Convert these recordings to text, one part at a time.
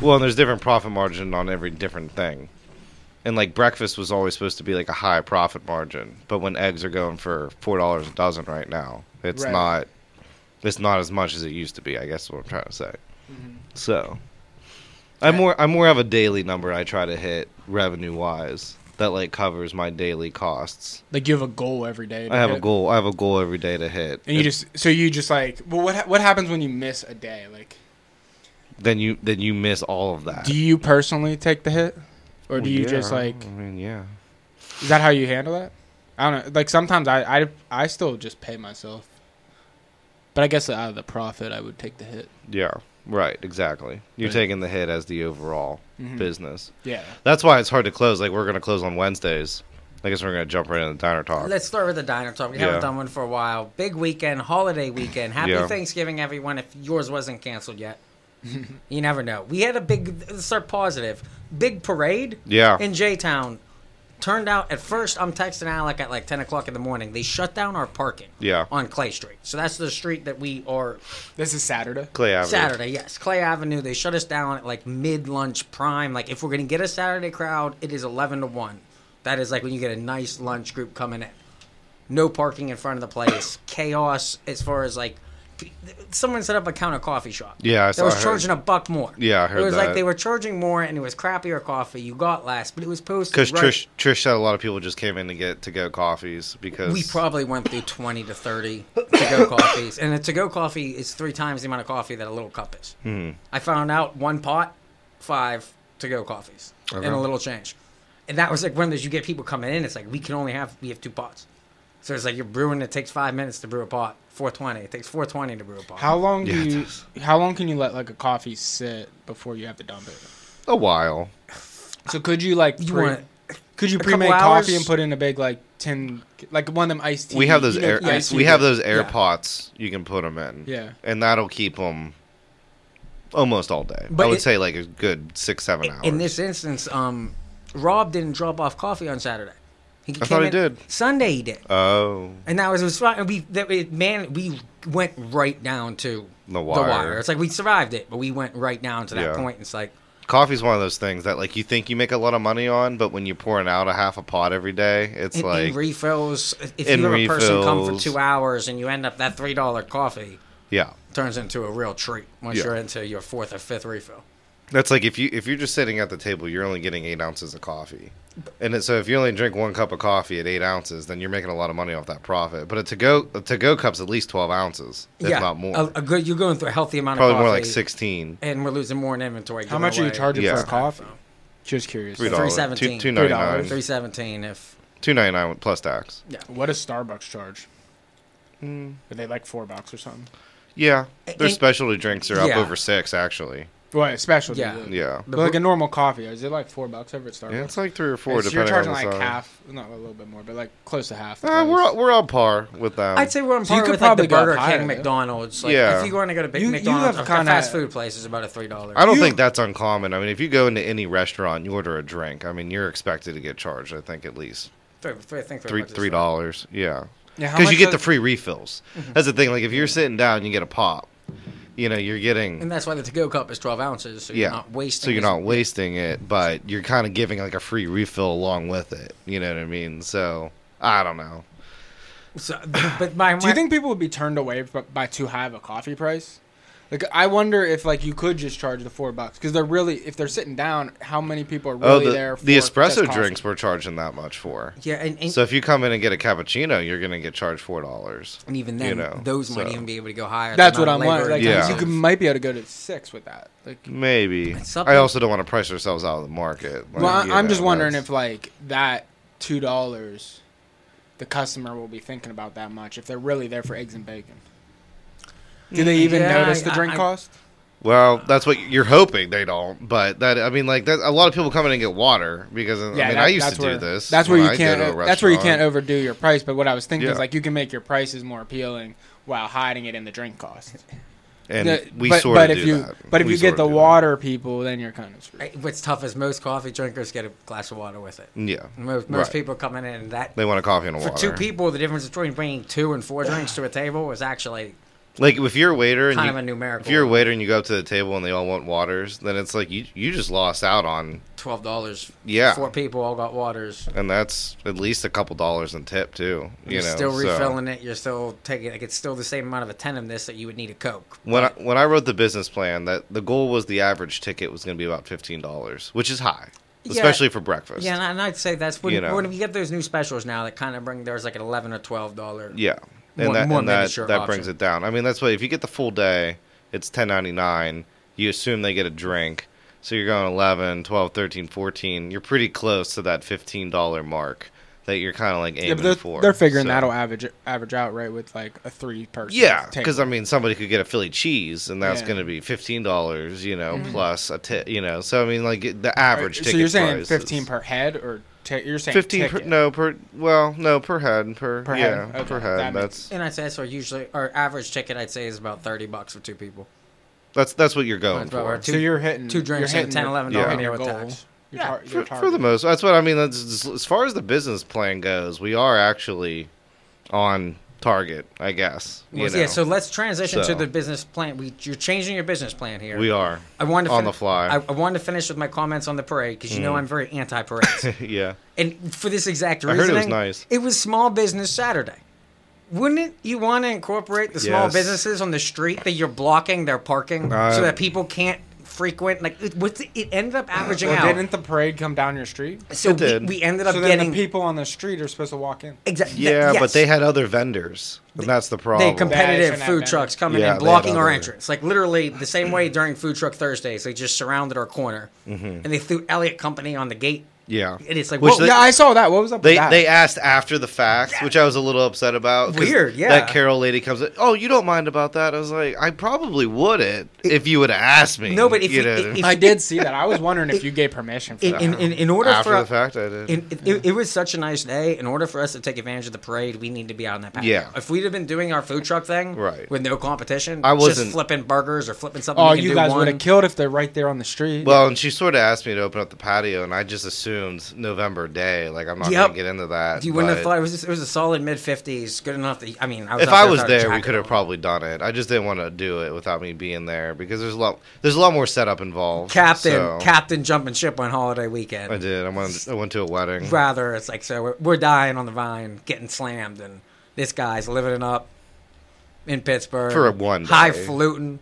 Well, and there's different profit margin on every different thing. And like breakfast was always supposed to be like a high profit margin, but when eggs are going for four dollars a dozen right now, it's Right. not it's not as much as it used to be, I guess is what I'm trying to say. Mm-hmm. So I more I more have a daily number I try to hit revenue wise that like covers my daily costs. Like you have a goal every day. to I have a hit. goal I have a goal every day to hit. and you just so you just like. Well, what ha- what happens when you miss a day? Like, then you then you miss all of that. do you personally take the hit, or do Well, you yeah, just like? I mean, yeah. Is that how you handle that? I don't know. Like sometimes I I I still just pay myself. But I guess out of the profit, I would take the hit. Yeah, right, exactly. You're Right. taking the hit as the overall Mm-hmm. Mhm. business. Yeah. That's why it's hard to close. Like we're gonna close on Wednesdays. I guess we're gonna jump right into the diner talk. Let's start with the diner talk. We Yeah. haven't done one for a while. Big weekend, holiday weekend. Happy Yeah. Thanksgiving, everyone. If yours wasn't canceled yet, you never know. We had a big. Let's start positive. Big parade. yeah, in J Town. Turned out at first, I'm texting Alec at like 10 o'clock in the morning. They shut down our parking yeah. on Clay Street. So that's the street that we are. This is Saturday. Clay Avenue. Saturday, yes. Clay Avenue. They shut us down at like mid lunch prime. Like, if we're going to get a Saturday crowd, it is 11 to 1. That is like when you get a nice lunch group coming in. No parking in front of the place. Chaos as far as like. Someone set up a counter coffee shop. Yeah, I They saw- I was heard- charging a buck more. Yeah, I heard It was that. like they were charging more and it was crappier coffee. You got less, but it was posted. Because right- Trish Trish said a lot of people just came in to get to go coffees because We probably went through 20 to 30 to go coffees. And a to go coffee is three times the amount of coffee that a little cup is. Hmm. Mm. I found out one pot, five to go coffees, and Okay. a little change. And that was like one of those you get people coming in, it's like we can only have, we have two pots. So it's like you're brewing, it takes five minutes to brew a pot, 420. It takes 420 to brew a pot. How long do Yeah, it you? does. How long can you let like a coffee sit before you have to dump it? a while. So could you like? You pre- want could you couple pre-make coffee hours? and put in a big like tin, like one of them iced tea? We have those you know, air iced tea we have that- those air Yeah. pots you can put them in. Yeah. and that'll keep them almost all day. But I would it- say like a good six seven hours. In this instance, um, Rob didn't drop off coffee on Saturday. He I thought he did. Sunday he did. oh, And that was it was fun. And we that we, man, we went right down to The wire. It's like we survived it, but we went right down to that Yeah. point. It's like coffee's one of those things that like you think you make a lot of money on, but when you're pouring out a half a pot every day, it's in, like in refills. If in you have a person come for refills. two hours and you end up that three dollar coffee yeah. turns into a real treat once Yeah. you're into your fourth or fifth refill. That's like if you if you're just sitting at the table, you're only getting eight ounces of coffee, and it, so if you only drink one cup of coffee at eight ounces, then you're making a lot of money off that profit. But a to go to go cup's at least twelve ounces, if yeah, not more, A, a good. You're going through a healthy amount probably of coffee. more like sixteen. And we're losing more in inventory. How much are you charging Yeah. for a coffee? Just curious. Three Three dollars, seventeen. two ninety $3. nine, Three seventeen. If two ninety nine plus tax. What does Starbucks charge? Are they like four bucks or something? Yeah, their And- specialty drinks are up Yeah. over six actually. Well, specialty. Yeah. Yeah. Yeah, But like a normal coffee, is it like four bucks over at Starbucks? yeah it's like three or Or four so you're depending charging on the like size. half, not a little bit more, but like close to half. the Uh, we're price. on- we're on par with them. I'd say we're on So you par could with like the probably go up Burger higher, King, though. McDonald's. Like Um, Yeah. if you're going to go to big You- you McDonald's, have a kinda- fast food place is about a three dollar. I don't You- think that's uncommon. I mean, if you go into any restaurant, you order a drink. I mean, you're expected to get charged. I think at least Three, three, I think three bucks is three fair. dollars. Yeah, Yeah, how because much you get the does- Mm-hmm. free refills. That's the thing. Like if you're sitting down, you get a pop. You know, you're getting And that's why the to-go cup is twelve ounces, so yeah. you're not wasting. so you're as- not wasting it, but you're kind of giving like a free refill along with it. You know what I mean? So I don't know. So, but my, my Do you think people would be turned away b- by too high of a coffee price? Like, I wonder if like you could just charge the four bucks because they're really if they're sitting down, how many people are really oh, the, there? For the just espresso coffee? drinks we're charging that much for. Yeah, and, and, So if you come in and get a cappuccino, you're gonna get charged four dollars. and even then, you know, those might so. even be able to go higher. That's They're what not I'm wondering. Like, Yeah. you could, might be able to go to six with that. Like, Maybe. something. I also don't want to price ourselves out of the market. Like, well, I, you I'm know, just wondering that's- if like that two dollars, the customer will be thinking about that much if they're really there for eggs and bacon. Do they even Mm, Yeah, notice the I- drink I- cost? Well, that's what you're hoping they don't. But that I mean, like that, a lot of people come in and get water because I mean, that- I used that's to where, do this. That's where when you I go can't. to a uh, That's where you restaurant. can't overdo your price. But what I was thinking Yeah. is like you can make your prices more appealing while hiding it in the drink cost. And The- we but, sort of but do if you that. but if We you sorta get the do that. water people, then you're kind of screwed. Like, what's tough is most coffee drinkers get a glass of water with it. yeah, Most, most Right. people coming in and that they want a coffee and a for water. two people, the difference between bringing two and four drinks to a table is actually Like if you're a waiter and Kind you, of a numerical if you're a one. waiter and you go up to the table and they all want waters, then it's like you you just lost out on, Twelve dollars. Yeah. Four people all got waters. and that's at least a couple dollars in tip too. You You're know, still so. refilling it. You're still taking. Like it's still the same amount of a ten of this that you would need a coke. When I, when I wrote the business plan, that the goal was the average ticket was going to be about fifteen dollars, which is high, Yeah. especially for breakfast. Yeah, and I- and I'd say that's when You you, know. when you get those new specials now that kind of bring there's like an eleven or twelve dollar. Yeah. And More- that more and that, miniature that brings option. it down. I mean, that's why if you get the full day, it's 10.99. You assume they get a drink. So you're going 11, 12, 13, 14. You're pretty close to that $15 mark that you're kind of like aiming Yeah, but they're, for. they're figuring So- that'll average average out right with like a three person. Yeah, because I mean, somebody could get a Philly cheese, and that's Yeah. going to be fifteen dollars, you know, Mm-hmm. plus a tip, you know. So I mean, like it- the average ticket. So you're saying price fifteen is- per head, or ta- you're saying Fifteen per, ticket. no per well no per head per, Per yeah head, okay, per that head makes- that's And I'd say that's what usually our average ticket I'd say is about thirty bucks for two people. that's that's what you're going That's about for. our so two- you're hitting two drinks you're and hitting 10, your- 11 you're dollar hitting your meal with goals. tax. Your tar- your for, for the target. most that's what i mean that's, as far as the business plan goes we are actually on target i guess you Well, know. yeah, so let's transition So. to the business plan. We, you're changing your business plan here. we are I wanted to on fin- the fly. Mm. I, I wanted to finish with my comments on the parade because you know I'm very anti-parades, yeah and for this exact I reason, heard it was nice. It was Small Business Saturday. Wouldn't you want to incorporate the small Yes. businesses on the street that you're blocking their parking Uh, so that people can't frequent? Like, it, what's it, it ended up averaging Well, out. didn't the parade come down your street? so It we, did. we ended up So then getting the people on the street are supposed to walk in. exactly. yeah but they had other vendors and that's the problem They That competitive shouldn't food happen. trucks coming Yeah, in, they had blocking our other- entrance. Like literally the same way during Food Truck Thursdays, they just surrounded our corner Mm-hmm. and they threw Elliott Company on the gate. yeah And it's like, Which whoa, they- yeah, I saw that. What was up they, with that? they asked after the fact, which I was a little upset about. 'cause Weird, yeah. That Carol lady comes. in, Oh, you don't mind about that? I was like, I probably wouldn't if you would have asked me. No, but if you you- know. if- I did see that. I was wondering if you gave permission for in, that. in, in, in order after for the fact, I did. in, it, it, it was such a nice day. In order for us to take advantage of the parade, we need to be out in that patio. Yeah. If we'd have been doing our food truck thing Right. with no competition, I wasn't- just flipping burgers or flipping something. oh, we can you do guys one- would have killed if they're right there on the street. Well, and she sort of asked me to open up the patio, and I just assumed November day. Like I'm not Yep. gonna get into that. You wouldn't have but thought it was. Just, it was a solid mid fifties, good enough. That, I mean, I was If out I was without a there, we jacket could have on. probably done it. I just didn't want to do it without me being there because there's a lot. There's a lot more setup involved. Captain, so- Captain jumping ship on holiday I weekend. did. I went. I went to a wedding. Rather, it's like so we're, we're dying on the vine, getting slammed, and this guy's living it up in Pittsburgh For one day. highfalutin.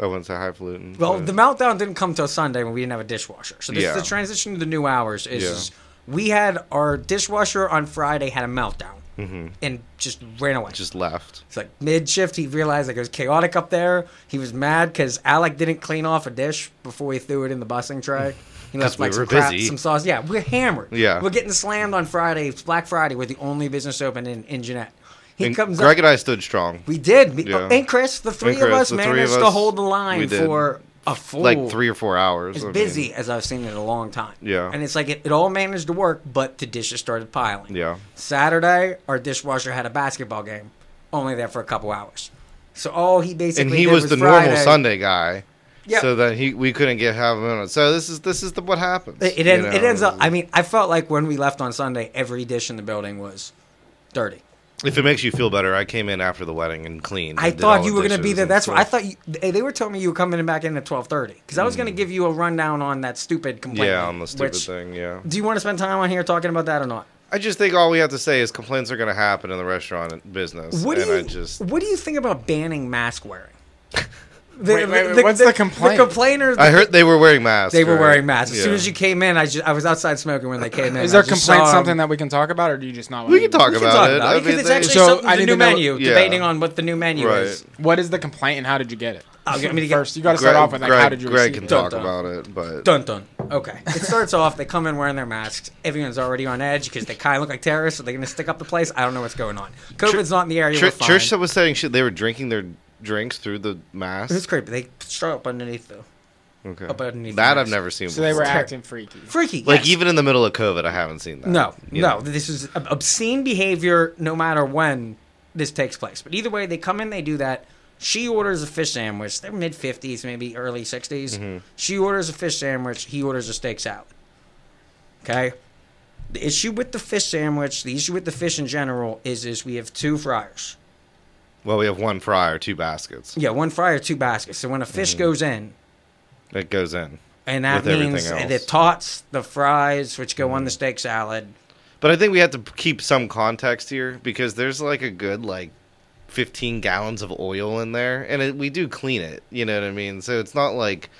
I went to highfalutin. Well, but- the meltdown didn't come till Sunday when we didn't have a dishwasher. So this Yeah. is the transition to the new hours. Is Yeah. is we had our dishwasher on Friday had a meltdown and just ran away. Mm-hmm. just left. it's like mid shift, he realized like it was chaotic up there. He was mad because Alec didn't clean off a dish before he threw it in the busing tray. He 'Cause left we like were some crap, busy. some sauce. Yeah, we're hammered. Yeah. we're getting slammed on Friday. It's Black Friday. We're the only business open in in Jeanette. He And comes Greg up. and I stood strong. we did. We- Yeah. And Chris, the three of Chris, us the three of managed to us, hold the we line did. for a full Like three or four hours. as I mean, busy as I've seen it in a long time. Yeah. And it's like it, it all managed to work, but the dishes started piling. Yeah. Saturday, our dishwasher had a basketball game, only there for a couple hours. So all he basically and he did was, the normal Friday- Sunday guy. Yeah. So that he we couldn't get have him on. it. So this is this is the, what happens. It, it, you end- it know? ends up. I mean, I felt like when we left on Sunday, every dish in the building was dirty. If it makes you feel better, I came in after the wedding and cleaned. I and did all thought you the were going to be dishes there. and That's what I stuff. thought. You, they they were telling me you were coming in back in at twelve thirty because I was going to give you a rundown on that stupid complaint. Mm. Yeah, on the stupid which- thing. Yeah. Do you want to spend time on here talking about that or not? I just think all we have to say is complaints are going to happen in the restaurant business. What do and you I just What do you think about banning mask wearing? Wait, wait, wait, what's the complaint? The complainers. I heard they were wearing masks. they were right? wearing masks. As soon Yeah. as you came in, I just I was outside smoking when they came in. is there I just complaint saw 'em. something that we can talk about, or do you just not? want we to can talk we can about talk it. about I it because mean, it's they- actually So, something, I the need new to know- menu. yeah. Debating on what the new menu Right. is. What is the complaint, and how did you get it? Oh, you want me to get- First, you got to Greg, start off with like, Greg, how did you Greg receive can it? talk Dun, dun. about it, but Dun dun. Okay. It starts off. They come in wearing their masks. Everyone's already on edge because they kind of look like terrorists. Are they going to stick up the place? I don't know what's going on. COVID's not in the area. Tr- we're fine. Trish was saying shit. They were drinking their drinks through the mask. It was creepy. They shot up underneath though. Okay. up underneath that the I've mask. never seen. So they were before. acting freaky. Freaky. like yes. even in the middle of COVID, I haven't seen that. No, Uh, you no. know? This is ob- obscene behavior no matter when this takes place. But either way, they come in, they do that. She orders a fish sandwich. They're mid 50s, maybe early 60s. Mm-hmm. She orders a fish sandwich. He orders a steak salad. Okay? The issue with the fish sandwich, the issue with the fish in general, is, is we have two fryers. Well, we have one fryer, two baskets Yeah, one fryer, two baskets. So when a fish goes in, that goes in. and that Mm-hmm. With everything means else. Mm-hmm. the tots, the fries, which go on the steak salad. But I think we have to keep some context here because there's like a good like 15 gallons of oil in there, and it, we do clean it. You know what I mean? So it's not like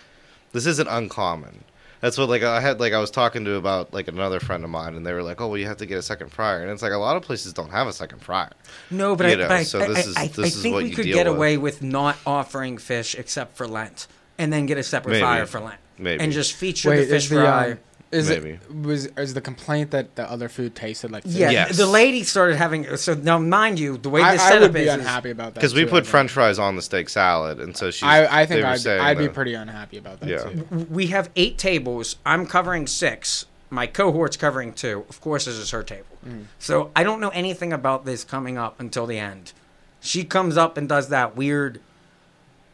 this isn't uncommon. That's what like I had like I was talking to about like another friend of mine, and they were like, "Oh, well, you have to get a second fryer," and it's like a lot of places don't have a second fryer. No, but, You I, know, but I, so I- this is- I, I, this I is think what we you could deal get with. away with not offering fish except for Lent, and then get a separate Maybe. fryer for Lent, Maybe. and just feature Wait, the fish is the, fry. um, is Maybe. it was is the complaint that the other food tasted like? yeah, Yes. the lady started having. So now, mind you, the way I, this I setup would be is, is unhappy about that Because we too, I put think. French fries on the steak salad, and so she. I, I think they were I'd, saying I'd be that- pretty unhappy about that Yeah. too. we have eight tables. I'm covering six. My cohort's covering two. Of course, this is her table. Mm. So I don't know anything about this coming up until the end. She comes up and does that weird.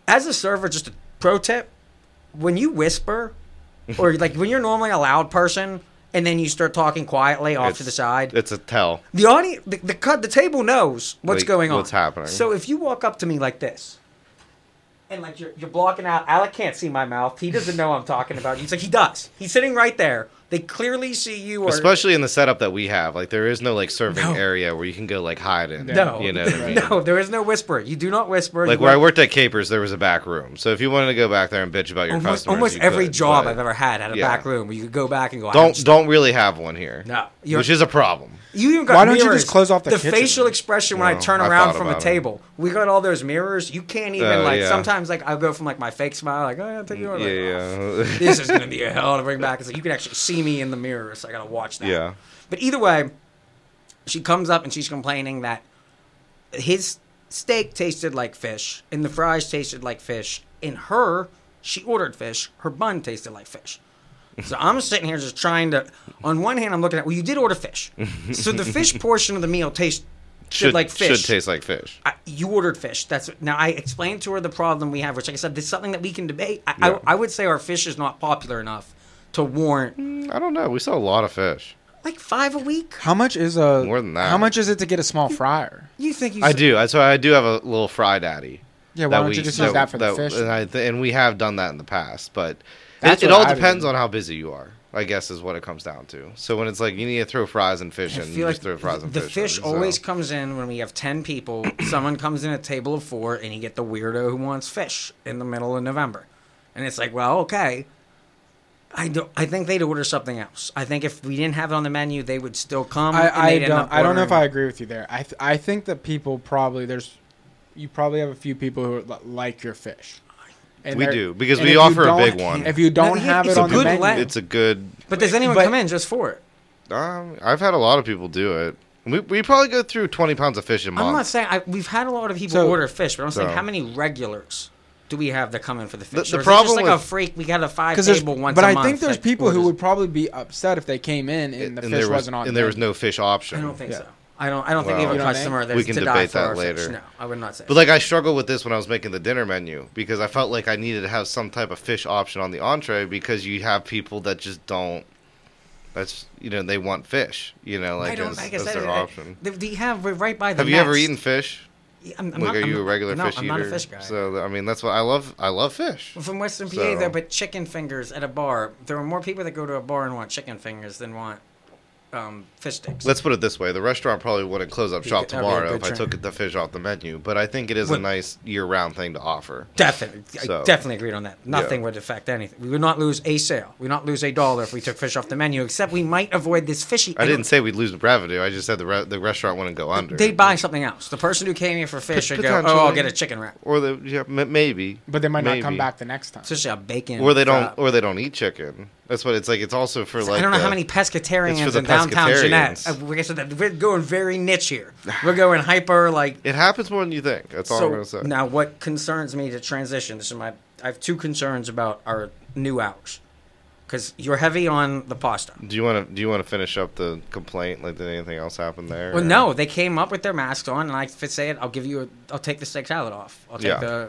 As a server, just a pro tip: when you whisper, or like when you're normally a loud person, and then you start talking quietly off to It's- the side, It's a tell. the audience, the, the cut, the table knows what's Like, going on. what's happening. So if you walk up to me like this, and like you're, you're blocking out, Alec can't see my mouth. He doesn't know I'm talking about. He's like he does. He's sitting right there. They clearly see you. Or, Especially in the setup that we have, like there is no like serving No. area where you can go like hide in. no, you know what I mean. no, there is no whisper. You do not whisper. Like You where I work- worked at Capers, there was a back room. So if you wanted to go back there and bitch about your Almost, customers, almost you every could, job but I've ever had had a Yeah. back room where you could go back and go. I Don't haven't- don't really have one here. No. You're- which is a problem. You even got Why don't you mirrors. just close off the kitchen? facial expression when I No, turn I around thought from a about it. table. We got all those mirrors. You can't even Oh, like yeah. sometimes like I'll go from like my fake smile like oh yeah, I'll take you on. Yeah, Like, oh, yeah. this is gonna be a hell to bring back. It's like you can actually see me in the mirror, so I gotta watch that. Yeah. But either way, she comes up and she's complaining that his steak tasted like fish and the fries tasted like fish. In her, she ordered fish. Her bun tasted like fish. So I'm sitting here just trying to. On one hand, I'm looking at well, you did order fish, so the fish portion of the meal tastes should like fish. should taste like fish. I, you ordered fish. That's now. I explained to her the problem we have, which, like I said, this is something that we can debate. I, Yeah. I, I would say our fish is not popular enough to warrant I don't know. We sell a lot of fish. like five a week. How much is a More than that. How much is it to get a small fryer? You think you? I s- do. I- So I do have a little fry daddy. Yeah, why that don't we- you just use that for the fish? And, I th- and we have done that in the past, but it, That's it what all I would depends do. on how busy you are. I guess is what it comes down to. So when it's like you need to throw fries and fish, I and you feel like just throw fries and the fish. fish in, so. always comes in when we have ten people. Someone comes in a table of four, and you get the weirdo who wants fish in the middle of November, and it's like, well, okay. I don't. I think they'd order something else. I think if we didn't have it on the menu, they would still come. and I, I they'd end don't. up I don't know if ordering- I agree with you there. I th- I think that people probably there's, you probably have a few people who li- like your fish. And We they're- do, because and we if you offer a don't- big one. If you don't No, yeah, have it it's a on the good menu, lamb. It's a good. But does anyone But- come in just for it? Um, I've had a lot of people do it. We, we probably go through twenty pounds of fish a month. I'm not saying I, we've had a lot of people So- order fish, but I'm saying So- how many regulars do we have that come in for the fish? the Or is it just problem like a with- freak. We got a five because there's. table once. But I I think there's people who would probably be upset if they came in and the and fish there was, wasn't on. and the there was menu. no fish option. I don't think Yeah. so. I don't. I don't think we Well, You have a know what I mean? customer that's We can to die debate for that our later. Fish. No, I would not say. But like I struggled with this when I was making the dinner menu because I felt like I needed to have some type of fish option on the entree because you have people that just don't. That's you know they want fish. You know like I don't. as, I guess as that, their I- option. they- they have we're right by the. Have you ever nest. eaten fish? I'm, like I'm not, are you I'm, a regular no, fish I'm eater? not a fish guy. So I mean that's what I love. I love fish. I'm from Western PA, So- though, but chicken fingers at a bar. There are more people that go to a bar and want chicken fingers than want um, fish sticks. Let's put it this way: the restaurant probably wouldn't close up shop that'd be a tomorrow good if I trend. took the fish off the menu. But I think it is a Well- nice year-round thing to offer. Definitely, So- I definitely agreed on that. Nothing would affect anything. We would not lose a sale. We would not lose a dollar if we took fish off the menu. Except we might avoid this fishy. I didn't say we'd lose revenue. I just said the re- the restaurant wouldn't go under. They'd buy something else. The person who came here for fish Pot- would go, "Oh, I'll potentially. get a chicken wrap." or the yeah, m- maybe. But they might not come Maybe. back the next time. Especially a bacon. or they don't wrap. or they don't eat chicken. That's what it's like. It's also for like I don't know the- how many it's for pescatarians the in downtown Jeanette. pescatarians. Uh, We're, gonna- we're going very niche here. We're going hyper like. It happens more than you think. That's all I'm gonna say. So now, what concerns me to transition? This is my. I have two concerns about our new hours, because you're heavy on the pasta. Do you want to do you want to finish up the complaint? Like did anything else happen there? Well, no, they came up with their masks on, and I could say it. I'll give you. A, I'll take the steak salad off. I'll take Yeah. the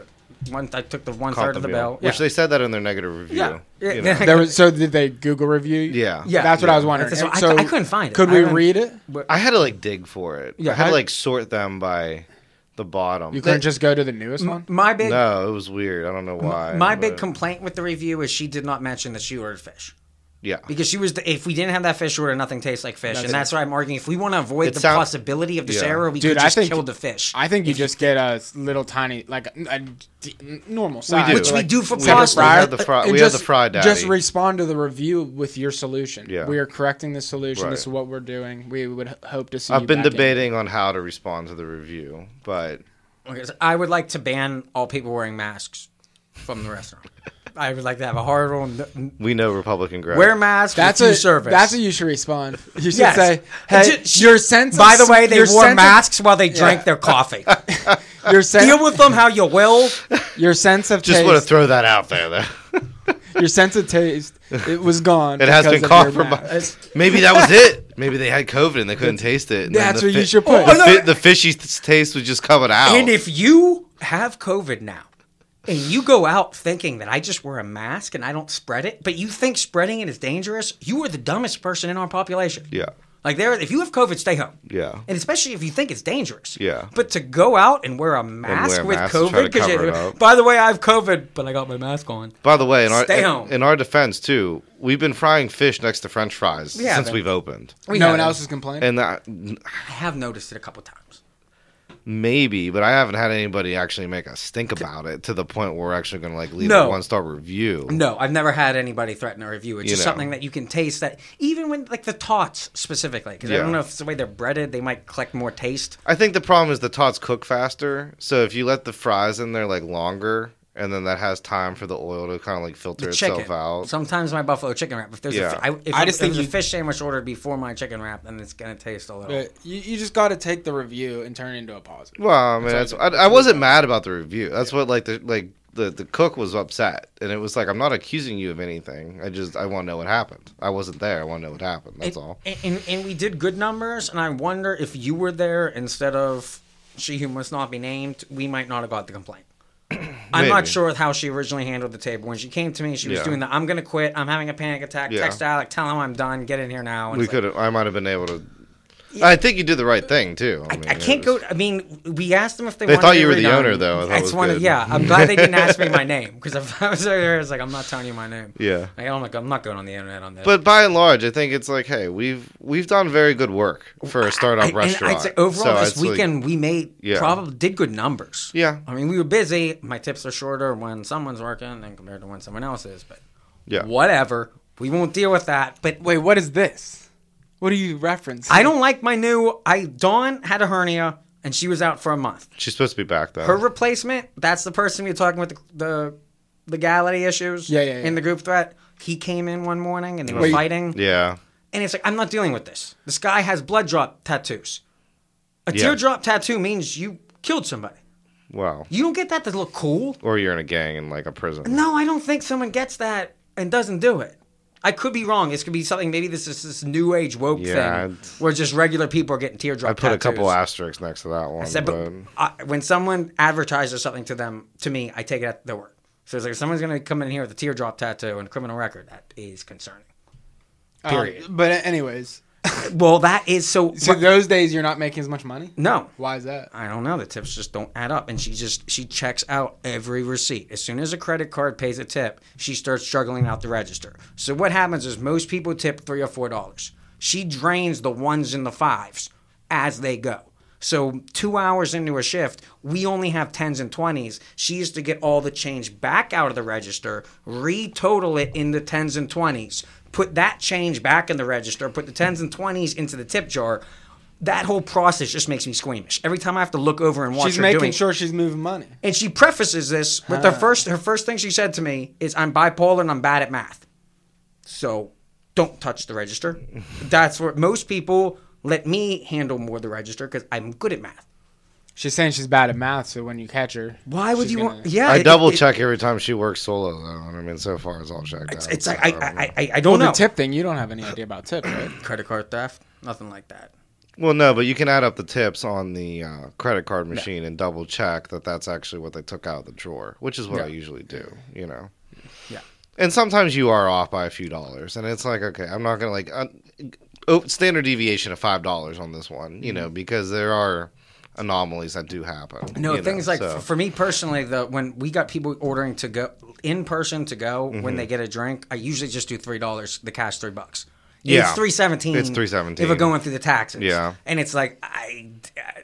one. I took the one Comp third of the meal. bill. which they said that in their negative review. Yeah. Yeah, you know. yeah. There was so did they Google review? Yeah. Yeah. that's what I was Yeah. wondering. That's what- I So cou- I couldn't find it. Could I we haven't- read it? I had to like dig for it. Yeah, I had to I- like sort them by the bottom. You couldn't just go to the newest one. My big no, it was weird. I don't know why. my big but- complaint with the review is she did not mention that she ordered fish. yeah. Because she was, the, if we didn't have that fish order, nothing tastes like fish, That's and it. that's why I'm arguing. If we want to avoid It the sound- possibility of this Yeah. error, we Dude, could I just think- kill the fish, I think you just get a little tiny, like a, a d- normal size, do. which Dude, we like, do for we have a pasta. fryer- the fry- and we have the fry daddy. Just respond to the review with your solution. Yeah. we are correcting this solution. Right. This is what we're doing. We would h- hope to see. I've you been back in. debating on how to respond to the review, but Okay, so I would like to ban all people wearing masks from the restaurant. I would like to have a hard rule: n- n- we know Republican Greg. wear masks. That's with a you service. That's what you should respond. You should Yes. say, "Hey, Ju- sh- your sense." By of- the way, they your wore sense of- masks while they drank Yeah. their coffee. Your sense, Deal with them how you will. your sense of Just taste, want to throw that out there. Though. your sense of taste, it was gone. It has because been of your mask. compromised. Maybe that was it. Maybe they had COVID and they couldn't taste it. and then That's the what you fi- should put. The, Oh, no. fi- the fishy s- taste was just coming out. And if you have COVID now and you go out thinking that I just wear a mask and I don't spread it, but you think spreading it is dangerous, you are the dumbest person in our population. yeah, Like there, if you have COVID, stay home. yeah. And especially if you think it's dangerous. Yeah. But to go out and wear a mask a with mask to try COVID, to because cover it you, up. by the way, I have COVID, but I got my mask on. By the way, in our Stay in- home. in our defense too, we've been frying fish next to French fries Yeah, since but- we've opened, We no have one it. else is complaining. and that, I have noticed it a couple times. maybe, but I haven't had anybody actually make us think about it to the point where we're actually going to like leave No. a one star review. No, I've never had anybody threaten a review. It's You just know. something that you can taste. That even when like the tots specifically, because I Yeah. don't know if it's the way they're breaded, they might collect more taste. I think the problem is the tots cook faster, so if you let the fries in there like longer, and then that has time for the oil to kind of like filter The itself chicken. out. Sometimes my buffalo chicken wrap. If there's Yeah. a, fi- I, if I I just just think there's you- a fish sandwich ordered before my chicken wrap, then it's gonna taste a little. But you, you just got to take the review and turn it into a positive. Well, I mean, that's, I, I wasn't mad about the review. That's what like the like the, the cook was upset, and it was like I'm not accusing you of anything. I just I want to know what happened. I wasn't there. I want to know what happened. That's and, all. And, and, and we did good numbers, and I wonder if you were there instead of she who must not be named, we might not have got the complaint. I'm Maybe. not sure how she originally handled the table. When she came to me, she was Yeah. doing the I'm going to quit, I'm having a panic attack, Yeah. text Alec, tell him I'm done, get in here now. And We it's like- could have. I might have been able to. I think you did the right thing too. I, mean, I it can't was- go. I mean, we asked them if they. They wanted thought it you were the redone. owner, though. I thought it was It's one of good. yeah. I'm glad they didn't ask me my name because if I was there, it's like I'm not telling you my name. Yeah. Like, I'm like I'm not going on the internet on this. But by and large, I think it's like, hey, we've we've done very good work for a startup I- and restaurant. I'd say overall So this it's like- weekend we made Yeah. probably did good numbers. Yeah. I mean we were busy. My tips are shorter when someone's working than compared to when someone else is. But yeah, whatever, we won't deal with that. But Wait, what is this? What are you referencing? I don't like my new. I Dawn had a hernia and she was out for a month. she's supposed to be back though. Her replacement, that's the person we were talking with the the, legality issues Yeah, yeah, yeah. in the group threat. He came in one morning and they were Wait. fighting. yeah, And it's like, I'm not dealing with this. This guy has blood drop tattoos. A Yeah. teardrop tattoo means you killed somebody. wow. You don't get that to look cool. Or you're in a gang in like a prison. No, I don't think someone gets that and doesn't do it. I could be wrong. This could be something. Maybe this is this new age woke Yeah, thing it's- where just regular people are getting teardrop. I put a couple tattoos. asterisks next to that one. I said, but, but I, when someone advertises something to them to me, I take it at their word. So it's like if someone's going to come in here with a teardrop tattoo and a criminal record. That is concerning. Uh, period. but anyways, Well, that is so. so those days you're not making as much money. no, Why is that? I don't know. The tips just don't add up, and she just she checks out every receipt. As soon as a credit card pays a tip, she starts struggling out the register. So what happens is most people tip three or four dollars. She drains the ones and the fives as they go. So two hours into a shift, we only have tens and twenties. She used to get all the change back out of the register, retotal it into tens and twenties, put that change back in the register, put the tens and twenties into the tip jar that whole process just makes me squeamish. Every time I have to look over and watch She's her making doing, sure she's moving money. and she prefaces this with her first her first thing she said to me is, "I'm bipolar and I'm bad at math, so don't touch the register." That's where most people let me handle more the register because I'm good at math. She's saying she's bad at math, so when you catch her, Why would she's you gonna- want? Yeah, I it- double it- check every time she works solo though. and I mean, so far it's all checked It's, out. it's so like I, don't know. I, I, I don't Well, know. the tip thing, you don't have any idea about tip, right? Credit card theft, nothing like that. Well, no, but you can add up the tips on the uh, credit card machine and double check that that's actually what they took out of the drawer, which is what I Yeah. usually do, you know. Yeah. And sometimes you are off by a few dollars, and it's like, okay, I'm not gonna like uh, oh, standard deviation of five dollars on this one, you know, because there are anomalies that do happen. Mm-hmm. No, you know, things like so. f- for me personally, the when we got people ordering to go in person to go when Mm-hmm. they get a drink, I usually just do three dollars. The cash three bucks. Yeah. it's three seventeen. It's $3.17. If we're going through the taxes, Yeah. and it's like I,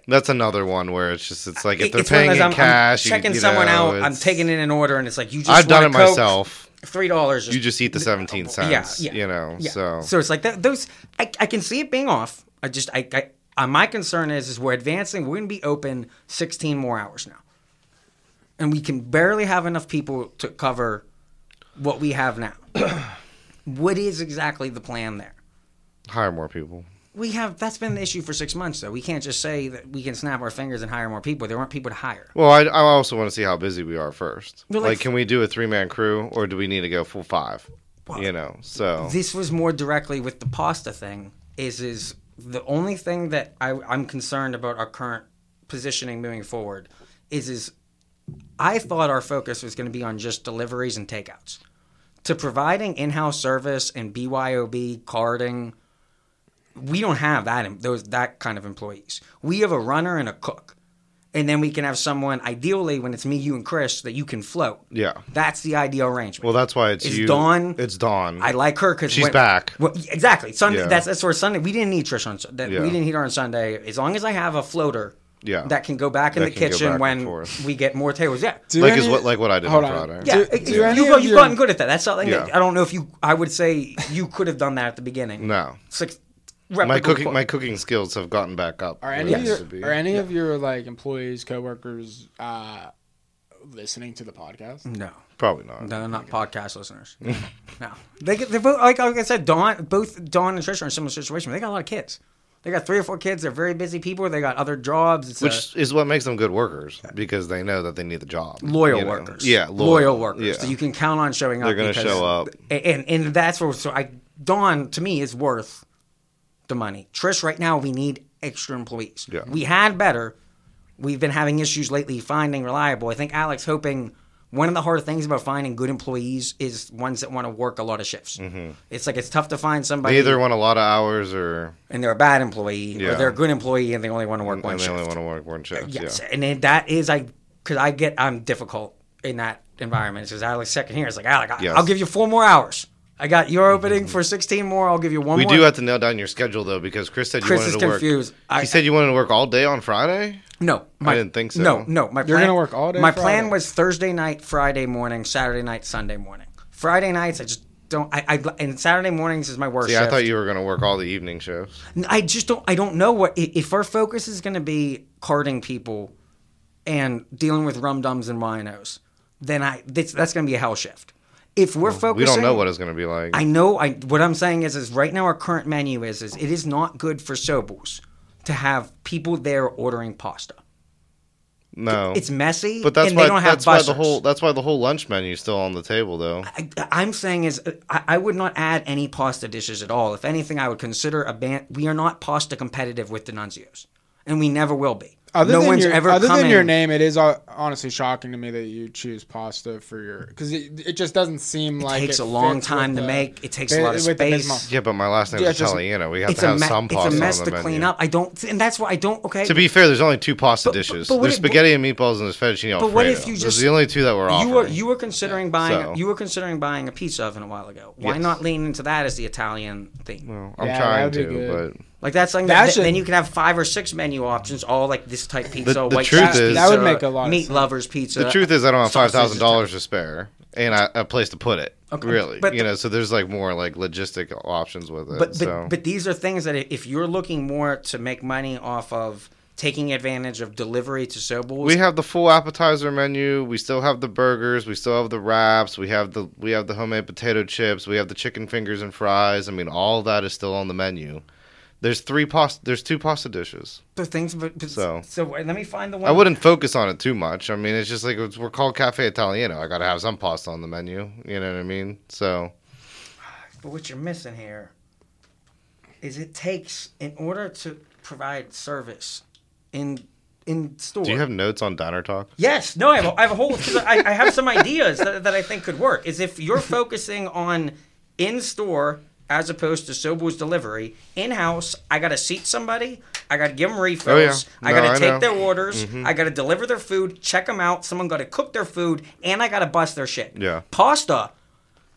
that's another one where it's just it's like if they're it's one of paying those, in I'm, I'm cash, you- checking you someone know, out, I'm it's- taking in an order, and it's like you just. I've done it want a Coke, myself. Three dollars. You just eat the seventeen cents. You know, yeah. so it's like that, those. I, I can see it being off. I just I, I uh, my concern is is we're advancing. We're gonna be open sixteen more hours now, and we can barely have enough people to cover what we have now. what is exactly the plan there? hire more people. We have that's been the issue for six months though. We can't just say that we can snap our fingers and hire more people. There weren't people to hire. Well, I, I also want to see how busy we are first. Well, Like, like- can we do a three man crew, or do we need to go full five? you know, so this was more directly with the pasta thing is is the only thing that I, i'm concerned about our current positioning moving forward is is i thought our focus was going to be on just deliveries and takeouts to providing in-house service and byob carding we don't have that em- those that kind of employees we have a runner and a cook and then we can have someone ideally when it's me you and chris that you can float yeah. that's the ideal arrangement Well, that's why it's Is you. Dawn- It's Dawn. I like her because She's back. Well, yeah, exactly. Sunday. Yeah. That's that's where Sunday. We didn't need Trish on. Sun- That, Yeah. We didn't need her on Sunday. As long as I have a floater, Yeah. that can go back in That the can go back kitchen and when forth. we get more tables. Yeah. Do Like is any- what- like what I did Hold on on. Friday. yeah, Do- it- do you, any you, of have your- gotten good at that. That's something that Yeah. I don't know if you. I would say you could have done that at the beginning. no, Six. my replicable cooking cook. my cooking skills have gotten back up. Are where any they of used to your be. are any of your like employees, coworkers, uh, listening to the podcast? No, Probably not. no, not podcast listeners. no, they get, they're both like, like I said. Dawn, both Dawn and Trish are in similar situations. They got a lot of kids. They got three or four kids. They're very busy people. They got other jobs. It's a- Which is what makes them good workers because they know that they need the job. loyal you know? workers. Yeah, loyal, workers Yeah. that you can count on showing up. They're gonna because- show up. a- and and that's where so I Dawn to me is worth the money. Trish, right now we need extra employees. Yeah. we had better. We've been having issues lately finding reliable. I think Alex hoping one of the hard things about finding good employees is ones that want to work a lot of shifts. Mm-hmm. It's like it's tough to find somebody they either want a lot of hours or and they're a bad employee Yeah. or they're a good employee and they only want to work one and they shift. Uh, only want to work one shift. Yes, Yeah. and then that is I because I get I'm difficult in that environment. Because Alex second here, it's like Alex, I, Yes. Mm-hmm. I'll give you four more hours. I got your opening for 16 more. I'll give you one We more. do have to nail down your schedule though because Chris said Chris you wanted is to work. confused. I- he said you wanted to work all day on Friday. no, my, didn't think so. No, no, my You're plan- gonna work all day My Friday. plan was Thursday night, Friday morning, Saturday night, Sunday morning. Friday nights, I just don't. I, I and Saturday mornings is my worst. Yeah, I shift. thought you were going to work all the evening shifts. I just don't. I don't know what i- if our focus is going to be carding people and dealing with rum dums and winos. Then I that's, that's going to be a hell shift. If we're focusing, We don't know what it's going to be like. Oh, I know. I what I'm saying is, is right now our current menu is, is it is not good for Sobels to have people there ordering pasta. no, It's messy, but that's and why they don't have that's why the bussers. whole that's why the whole lunch menu is still on the table though. I, I'm saying is uh, I, I would not add any pasta dishes at all. If anything, I would consider a ban. We are not pasta competitive with D'Annunzio's, and we never will be. Other no than one's your, ever other come than your in- name, it is uh, honestly shocking to me that you choose pasta for your because it, it just doesn't seem It like takes it a long fits time with to the- make. It takes a fit- lot of with the space. Bismarck. Yeah, but my last name Yeah, is it's just- Italiano. We have It's to a, have me- some it's a pasta mess on to the menu. clean up. I don't, and that's why I don't. Okay, To be fair, there's only two pasta but- dishes. but what there's if- but- spaghetti and meatballs and there's fettuccine alfredo. but what if you Those just- are the only two that we're offering. you were you were considering buying so. you were considering buying a pizza oven a while ago. Why Yes. not lean into that as the Italian theme? Well, I'm Yeah, trying that'd be to, good. Like that's something That that, should- then you can have five or six menu options, all like this type pizza, the white truth cheese is- pizza, That would make a lot of meat sense. lovers pizza. but the truth is, I don't have five Sausage thousand is dollars to spare and I, a place to put it. Okay. Really, But you the- know, so there's like more like logistic options with it. but but, so. but these are things that if you're looking more to make money off of taking advantage of delivery to Sobel's, we have the full appetizer menu. We still have the burgers. We still have the wraps. We have the we have the homemade potato chips. We have the chicken fingers and fries. I mean, all that is still on the menu. There's three pasta. There's two pasta dishes. the things. But, but- So. so wait, let me find the one. I wouldn't focus on it too much. I mean, it's just like it's, we're called Cafe Italiano. I gotta have some pasta on the menu. You know what I mean? So But what you're missing here is it takes in order to provide service in in store. do you have notes on Diner Talk? Yes. No, I have, I have a whole. 'cause I, I have some ideas that, that I think could work. Is if you're focusing on in store as opposed to Sobel's delivery. In house, I got to seat somebody. I got to give them refills. I Oh, No, got I to take know. Mm-hmm. their orders. I got to deliver their food, check them out. Someone got to cook their food, and I got to bust their shit. Yeah. Pasta.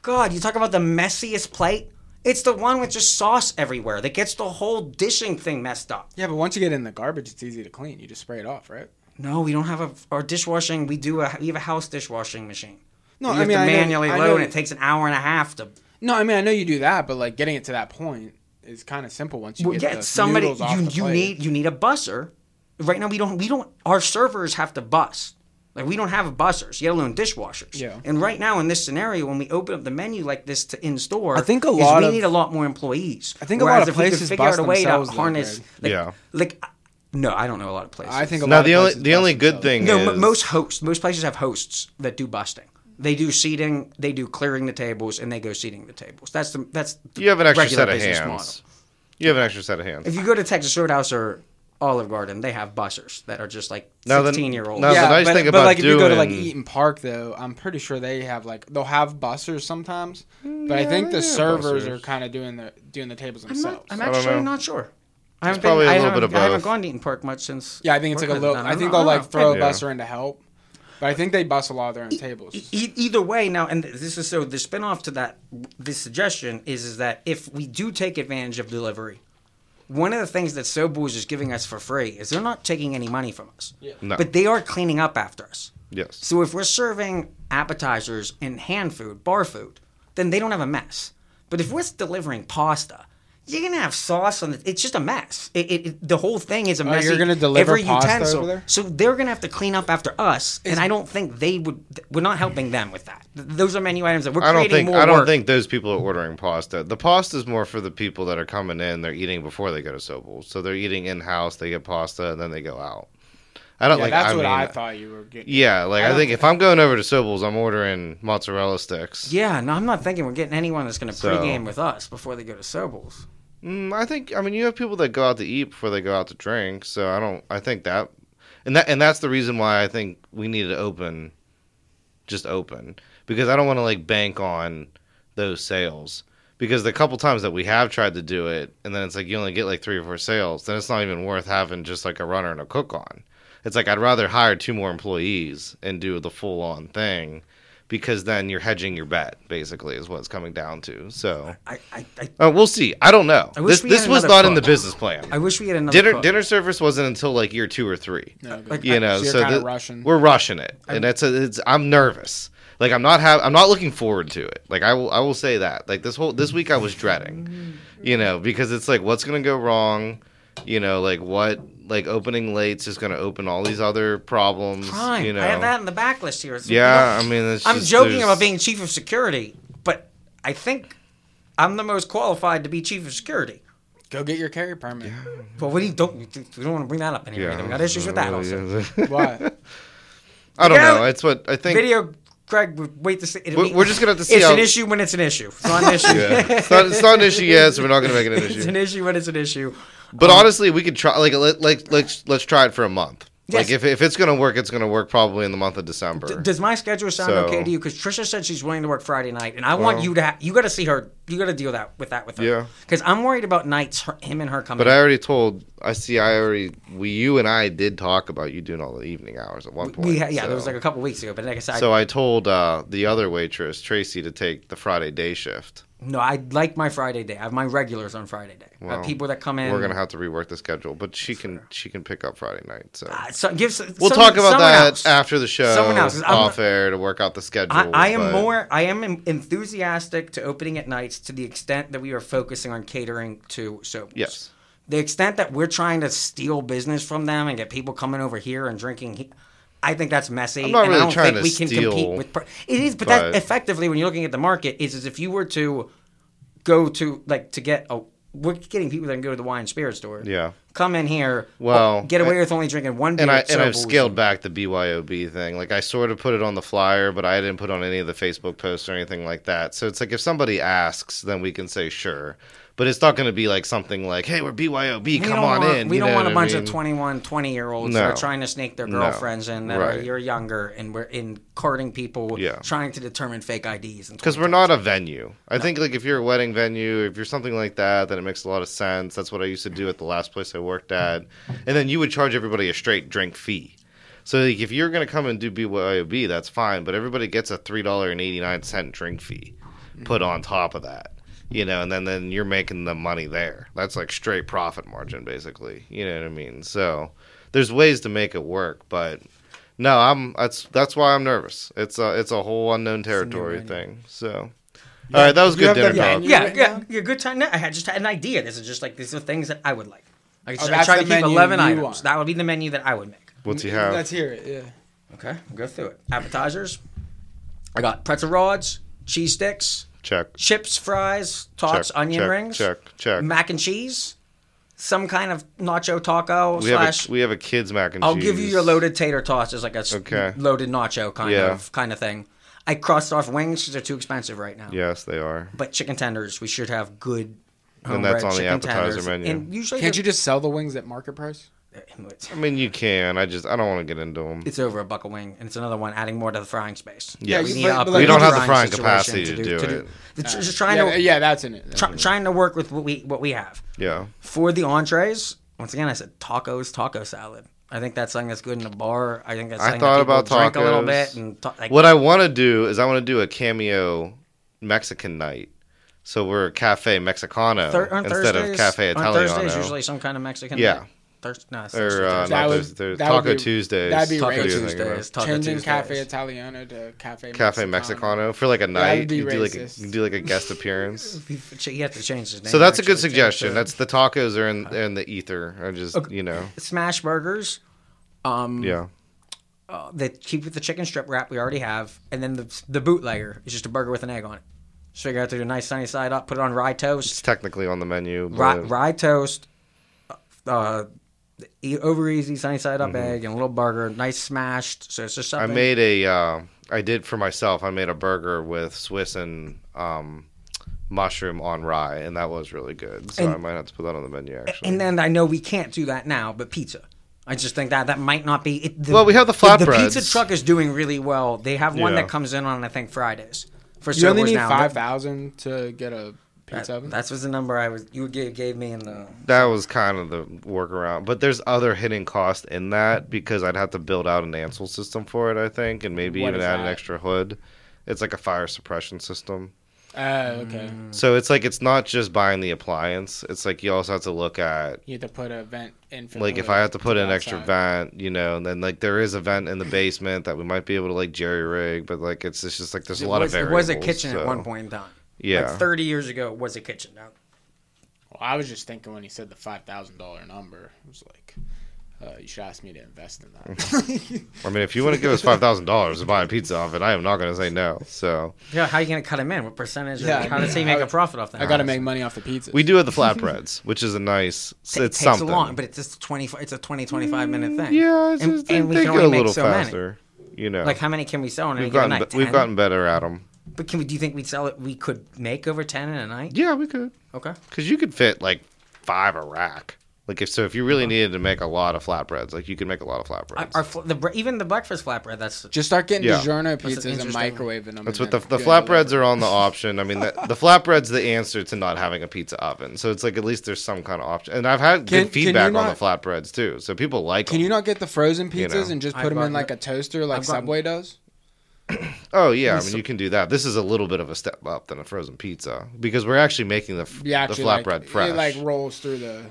God, you talk about the messiest plate. It's the one with just sauce everywhere that gets the whole dishing thing messed up. Yeah, but once you get it in the garbage, it's easy to clean. You just spray it off, right? No, we don't have a our dishwashing. We do a we have a house dishwashing machine. No, you I have mean, to I know- manually I load, know- and it takes an hour and a half to No, I mean I know you do that, but like getting it to that point is kind of simple once you well, get, yeah, the somebody noodles off you, the you plate. need you need a busser. Right now we don't we don't our servers have to bus. Like we don't have bussers, yet alone dishwashers. Yeah. And right now in this scenario, when we open up the menu like this to in store, I think a is lot we of- need a lot more employees. I think a lot of places we could figure out bus a way to themselves, though, harness. Greg. Like, Yeah. Like, I- no, I don't know a lot of places. I think a Now lot the of only places the only bust good themselves. thing No, is m- most hosts, most places have hosts that do busting. They do seating, they do clearing the tables, and they go seating the tables. That's the that's the you have an extra regular set of business hands. model. You have an extra set of hands. If you go to Texas Roadhouse or Olive Garden, they have bussers that are just like Now then- sixteen year olds. now No, the yeah, nice but, thing but, about like if you go to like doing- Eaton Park though, I'm pretty sure they have like they'll have bussers sometimes, but I think they the have servers bussers. are kind of doing the doing the tables I'm, themselves. not, I'm I don't actually know. not sure. I haven't, probably been, a I little haven't, bit of I haven't both. gone to Eaton Park much since. yeah, I think it's like a working little. with them. I think don't- they'll don't like know. throw a Yeah. busser in to help, but I think they bus a lot of their own tables. E- either way now and this is so the spin-off to that this suggestion is is that if we do take advantage of delivery one of the things that Sobos is giving us for free is they're not taking any money from us No. but they are cleaning up after us yes. so if we're serving appetizers and hand food bar food then they don't have a mess but if we're delivering pasta you're gonna have sauce on the, it's just a mess it, it, it- the whole thing Oh, is a mess you're gonna deliver pasta over there? so they're gonna have to clean up after us, and I don't think they would. We're not helping them with that. Th- Those are menu items that we're I don't creating think more I don't work. think those people are ordering pasta. The pasta is more for the people that are coming in. They're eating before they go to Sobel, so they're eating in house. They get pasta and then they go out. I don't Yeah, like. that's I what mean, I thought you were getting. Yeah, like I, don't think if I'm going over to Sobel's, I'm ordering mozzarella sticks. Yeah, no, I'm not thinking we're getting anyone that's gonna So- pregame with us before they go to Sobel's. Mm, I think I mean you have people that go out to eat before they go out to drink, so I don't. I think that, and that and that's the reason why I think we need to open, just open because I don't want to like bank on those sales because the couple times that we have tried to do it and then it's like you only get like three or four sales, then it's not even worth having just like a runner and a cook on. It's like I'd rather hire two more employees and do the full on thing because then you're hedging your bet basically is what it's coming down to. So. I, I, I, Uh, we'll see. I don't know. I wish This we this had was another not in the cook. business plan. I wish we had another dinner cook. dinner service wasn't until like year two or three. No, good. Like, You know, So so, you're kinda that- rushing. we're rushing it, and that's a, it's. I'm nervous. Like I'm not have I'm not looking forward to it. Like I will I will say that. Like this whole this week I was dreading, you know, because it's like what's gonna go wrong, you know, like what like opening late's is gonna open all these other problems, Prime. you know. I have that in the backlist here. It's- Yeah, I mean, it's I'm just- joking there's- about being chief of security, but I think I'm the most qualified to be chief of security. Go get your carry permit. But what do you don't? We don't want to bring that up anymore. Yeah. We got issues with that also. Why? I don't Yeah. know. It's what I think. video Craig would wait to see. it'll We're- be- we're just gonna have to see It's how- an issue when it's an issue. It's not an issue. Yeah. It's, not, it's not an issue yet, so we're not gonna make it an issue. It's an issue when it's an issue. But honestly, we could try like let, like let's let's try it for a month. Yes. Like if if it's gonna work, it's gonna work probably in the month of December. Does my schedule sound So- okay to you? Because Trisha said she's willing to work Friday night, and I want Well- you to. Ha- you got to see her. You got to deal that with that with her. Yeah. Because I'm worried about nights. Her, him and her coming. but I already told I see I already we you and I did talk about you doing all the evening hours at one point. we ha- yeah, so. there was like a couple weeks ago. But like I said, I- so I told uh, the other waitress Tracy to take the Friday day shift. no, I like my Friday day. I have my regulars on Friday day. Uh, Well, people that come in. We're gonna have to rework the schedule, but she can she can pick up Friday night. So Uh, so, give, s- we'll someone- talk about someone that else. after the show. Someone else. I'm- off air to work out the schedule. I, I am but- more. I am en- enthusiastic to opening at nights to the extent that we are focusing on catering to soaps. Yes. The extent that we're trying to steal business from them and get people coming over here and drinking. He- I think that's messy. I'm not and I really don't trying think to we can compete steal, with. Pr- it is, but, that but- effectively, when you're looking at the market, is is if you were to go to like to get a. We're getting people that can go to the wine and spirit store. Yeah. Come in here. Well, get away I- with only drinking one beer. and I at and I've Sobel's. scaled back the BYOB thing. Like I sort of put it on the flyer, but I didn't put on any of the Facebook posts or anything like that. So it's like if somebody asks, then we can say sure. But it's not going to be like something like, "Hey, we're BYOB, We come don't on want, in." We you don't know want what a I bunch of mean? 21, 20 year olds that No. are trying to sneak their No. girlfriends in that are a Right. year younger and we're in courting people Yeah. trying to determine fake IDs. and Because we're not a venue. I think like if you're a wedding venue, if you're something like that, then it makes a lot of sense. That's what I used to do at the last place I worked at, and then you would charge everybody a straight drink fee. So like if you're gonna come and do BYOB, that's fine, but everybody gets a three dollar and eighty nine cent drink fee put on top of that, you know, and then then you're making the money there. That's like straight profit margin, basically. You know what I mean? So there's ways to make it work, but no, I'm that's that's why I'm nervous. It's a it's a whole unknown territory venue. thing. So all right, that was you good have dinner that talk. venue? Yeah, right yeah, now? yeah. Good time. No, I had just had an idea. This is just like these are things that I would like. I, just, I Oh, that's try the to keep menu eleven you items. want. That would be the menu that I would make. What's he have? Let's hear it. Yeah. Okay, we'll go through it. Appetizers. I got pretzel rods, cheese sticks, check. chips, fries, tots, check, onion check, rings, Check. Check. mac and cheese, some kind of nacho taco we have slash. a, we have a kids mac and I'll cheese. give you your loaded tater tots as like a s- Okay. loaded nacho kind Yeah. of kind of thing. I crossed off wings because they're too expensive right now. Yes, they are. But chicken tenders, we should have good. And that's homebred on the chicken appetizer tenders. menu. And usually Can't they're- you just sell the wings at market price? I mean, you can. I just I don't want to get into them. It's over a buck a wing, and it's another one adding more to the frying space. Yeah, we, you- need but- to but upgrade like- We don't have the frying frying situation capacity to do it. the- tr- just trying yeah, to yeah, that's in it. try, trying to work with what we what we have Yeah. for the entrees. Once again, I said tacos, taco salad. I think that's something that's good in a bar. I think that's I something thought that people about drink a little tacos. bit and ta- like, What I want to do is I want to do a cameo Mexican night. So we're Cafe Mexicano thir- on instead of Thursdays- Cafe On Thursdays, Italiano. usually some kind of Mexican. Yeah. night. Thurs- no, it's Thursday, or uh, Thursday. not would- Thursday, Thursday, that would Taco be- Tuesdays. that'd be What Taco are you racist. thinking about? Tuesdays, Taco Changing Tuesdays. Cafe Italiano to Cafe Cafe Mexicano. Mexicano for like a night. that'd be you do like a, racist. you do like a guest appearance. You have to change his name. so that's a actually, good change suggestion. the- That's the tacos are in, in the ether. I just you know smash burgers. Um, Mm. yeah. uh, that keep with the chicken strip wrap we already have, and then the the bootlegger is just a burger with an egg on it. Just figure out to do a nice sunny side up, put it on rye It's toast, technically on the menu. But rye, rye toast, uh, e- over easy sunny side up egg, and a little burger, nice smashed. So it's just Mm-hmm. I something. made a uh, I did for myself. I made a burger with Swiss and um, mushroom on rye, and that was really good. So I And- might have to put that on the menu actually. and then I know we can't do that now, but pizza. I just think that that might not be. It, the, Well, we have the The, flatbreads. pizza truck is doing really well. They have one Yeah. that comes in on I think Fridays for You only servers need now. five thousand to get a pizza oven. That, that's was the number I was you gave, gave me in the that was kind of the workaround. But there's other hidden cost in that because I'd have to build out an Ansel system for it, I think, and maybe What even is add an that? extra hood. It's like a fire suppression system. Oh, okay. So it's like it's not just buying the appliance. It's like you also have to look at You have to put a vent in. For the like if Mm-hmm. hood I have to put the in an extra outside. vent, you know, and then like there is a vent in the basement that we might be able to like jerry rig, but like it's, it's just like there's a lot it was, of it variables. was a kitchen so- at one point in time. Yeah. Like 30 years ago, it was a kitchen. Now, Well, I was just thinking when he said the five thousand dollar number, it was like, uh, you should ask me to invest in that. I mean, if you want to give us five thousand dollars to buy a pizza off it, I am not going to say no. So yeah, how are you going to cut them in? What percentage? Yeah, Yeah, how does he I make a would- profit off that? I got to make money off the pizza. we do have the flatbreads, which is a nice. It it's takes something. a long, but it's just 20, it's a 20, 25 minute thing. yeah, it's and, just, and we they can go only a make little so many. faster. You know, Like, how many can we sell in a we've given gotten night? be- we've 10? gotten better at them. But can we? Do you think we'd sell it? We could make over ten in a night. Yeah, we could Okay. because you could fit like five a rack. Like if so, if you Uh-huh. really needed to make a lot of flatbreads, like you could make a lot of Our, flatbreads. our fl- the bre- even the breakfast flatbread. That's just start getting Yeah. DiGiorno an pizzas and interesting- microwaving them. That's and what the then the get flatbreads delivered. are on the option. I mean, the, the flatbread's the answer to not having a pizza oven. So it's like at least there's some kind of option. And I've had Can- good can you feedback on not- the flatbreads too. So people like Can them. you not get the frozen pizzas You know. and just I've put them in gotten- like a toaster, like I've gotten- Subway does? Oh yeah, I mean you can do that. This is a little bit of a step up than a frozen pizza because we're actually making the f- Yeah, actually, the flatbread like, fresh. It like rolls through the.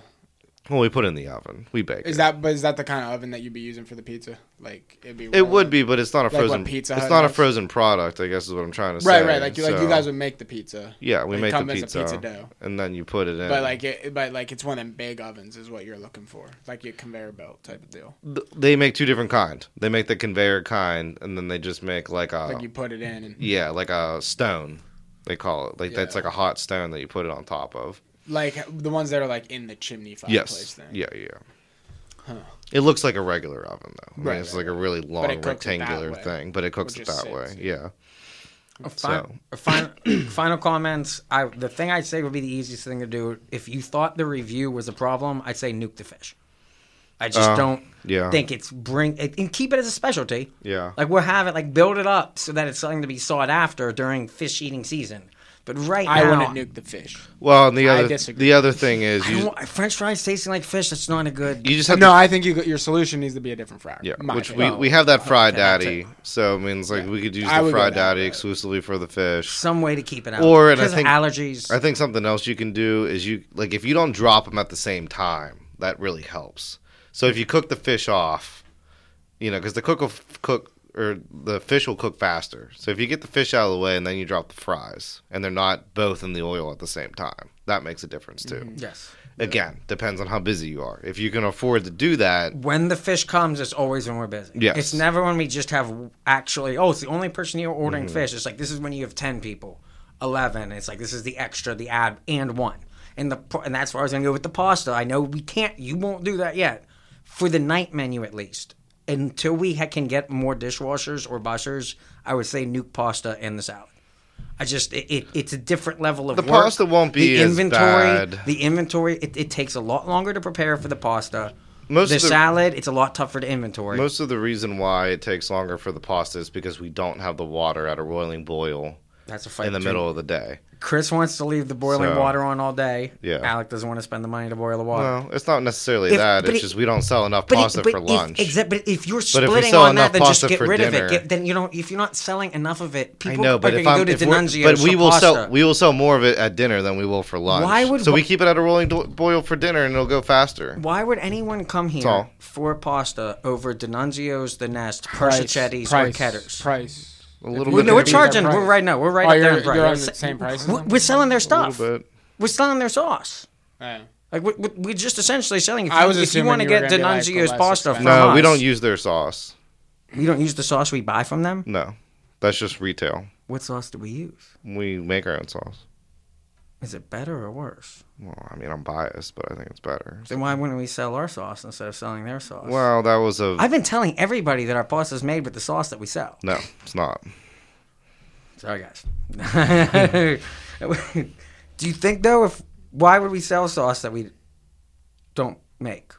well, we put it in the oven. We bake. it. Is that but is that the kind of oven that you'd be using for the pizza? Like it'd be. It rolling- would be, but it's not a what frozen. Pizza it's Hut not a has? frozen product. I guess is what I'm trying to say. Right, right. Like you, like you So, guys would make the pizza. Yeah, we it make the comes as a pizza, pizza dough. and then you put it in. But like it, but like it's one of them big ovens is what you're looking for, like your conveyor belt type of deal. Th- they make two different kind. They make the conveyor kind, and then they just make like a Like you put it in and Yeah, like a stone. They call it like that's Yeah. like a hot stone that you put it on top of. like the ones that are like in the chimney Yes. fireplace thing. Yeah, yeah. It looks like a regular oven though. I mean, Right, it's right, like a really it long cooks it that rectangular way, thing, but it cooks which it is that way. sick. Yeah. Fi- So- final, final comments. I the thing I'd say would be the easiest thing to do. If you thought the review was a problem, I'd say nuke the fish. I just Oh, don't yeah. think it's bring it, and keep it as a specialty. Yeah. like we'll have it like build it up so that it's something to be sought after during fish eating season. But right I now, wouldn't nuke the fish. Well, and the I other disagree. the other thing is I you don't want- French fries tasting like fish. That's not a good. you just have no, to I think you, got- your solution needs to be a different fryer. yeah, my which we, opinion. we have that fried okay, that's daddy, it. so it means like we could use I the would go fried that daddy way. exclusively for the fish. some way to keep it out. Or, and I because of think- allergies. I think something else you can do is you like if you don't drop them at the same time, that really helps. So if you cook the fish off, you know, because the cook will f- cook or the fish will cook faster. So if you get the fish out of the way and then you drop the fries, and they're not both in the oil at the same time, that makes a difference too. yes. Again, depends on how busy you are. If you can afford to do that, when the fish comes, it's always when we're busy. Yes. It's never when we just have actually, oh, it's the only person here ordering Mm-hmm. fish. It's like, this is when you have 10 people, 11. It's like, this is the extra, the ad, and one. And, the, pro- and that's where I was going to go with the pasta. I know we can't, you won't do that yet for the night menu at least. Until we ha- can get more dishwashers or bussers, I would say nuke pasta and the salad. I just it, it it's a different level of The work. pasta won't be the as inventory. bad. The inventory it, it takes a lot longer to prepare for the pasta. Most the, of the- salad it's a lot tougher to inventory. Most of the reason why it takes longer for the pasta is because we don't have the water at a boiling boil That's a fight in the between- middle of the day. Chris wants to leave the boiling So- water on all day. Yeah. Alec doesn't want to spend the money to boil the water. Well, it's not necessarily If- that. but It's it- just we don't sell enough But, it- pasta but for if, lunch. exa- but if you're we splitting sell on enough that, then just pasta get for rid dinner- of it. Get, then you don't. If you're not selling enough of it, I people know, but are if going I'm, to go to if we're- Denunzio's but we for will sell pasta. we will sell more of it at dinner than we will for lunch. Why would so we wh- keep it at a rolling do- boil for dinner and it'll go faster. Why would anyone come here all. for pasta over Denunzio's, The Nest, Price, Persicchetti's, or price, Ketter's? Price. A little Well, bit. no, we're different. charging. Their We're price. right now. We're right Oh, up there you're- in price. you're on We're the same price as We're, them? we're selling their A stuff. little bit. We're selling their sauce. Yeah. Like we're, we're- we're just essentially selling. If you, I was if you assuming want to you were get gonna be like the Denunzio's less pasta from expensive. No, us, we don't use their sauce. We don't use the sauce we buy from them. No, that's just retail. What sauce do we use? We make our own sauce. Is it better or worse? Well, I mean, I'm biased, but I think it's better. Then why wouldn't we sell our sauce instead of selling their sauce? Well, that was a I've been telling everybody that our pasta is made with the sauce that we sell. no. It's not. Sorry, guys. do you think though? If why would we sell sauce that we don't make?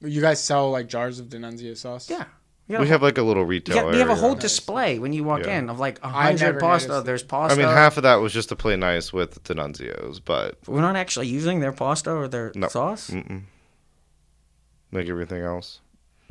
You guys sell like jars of Denunzio sauce? Yeah. We have like a little retail. Yeah, we have a area. whole display when you walk Yeah. in of like a I never hundred pasta. noticed There's I pasta. mean, half of that was just to play nice with Denunzio's, but We're not actually using their pasta or their No. Mm. sauce. mm-mm. like everything else.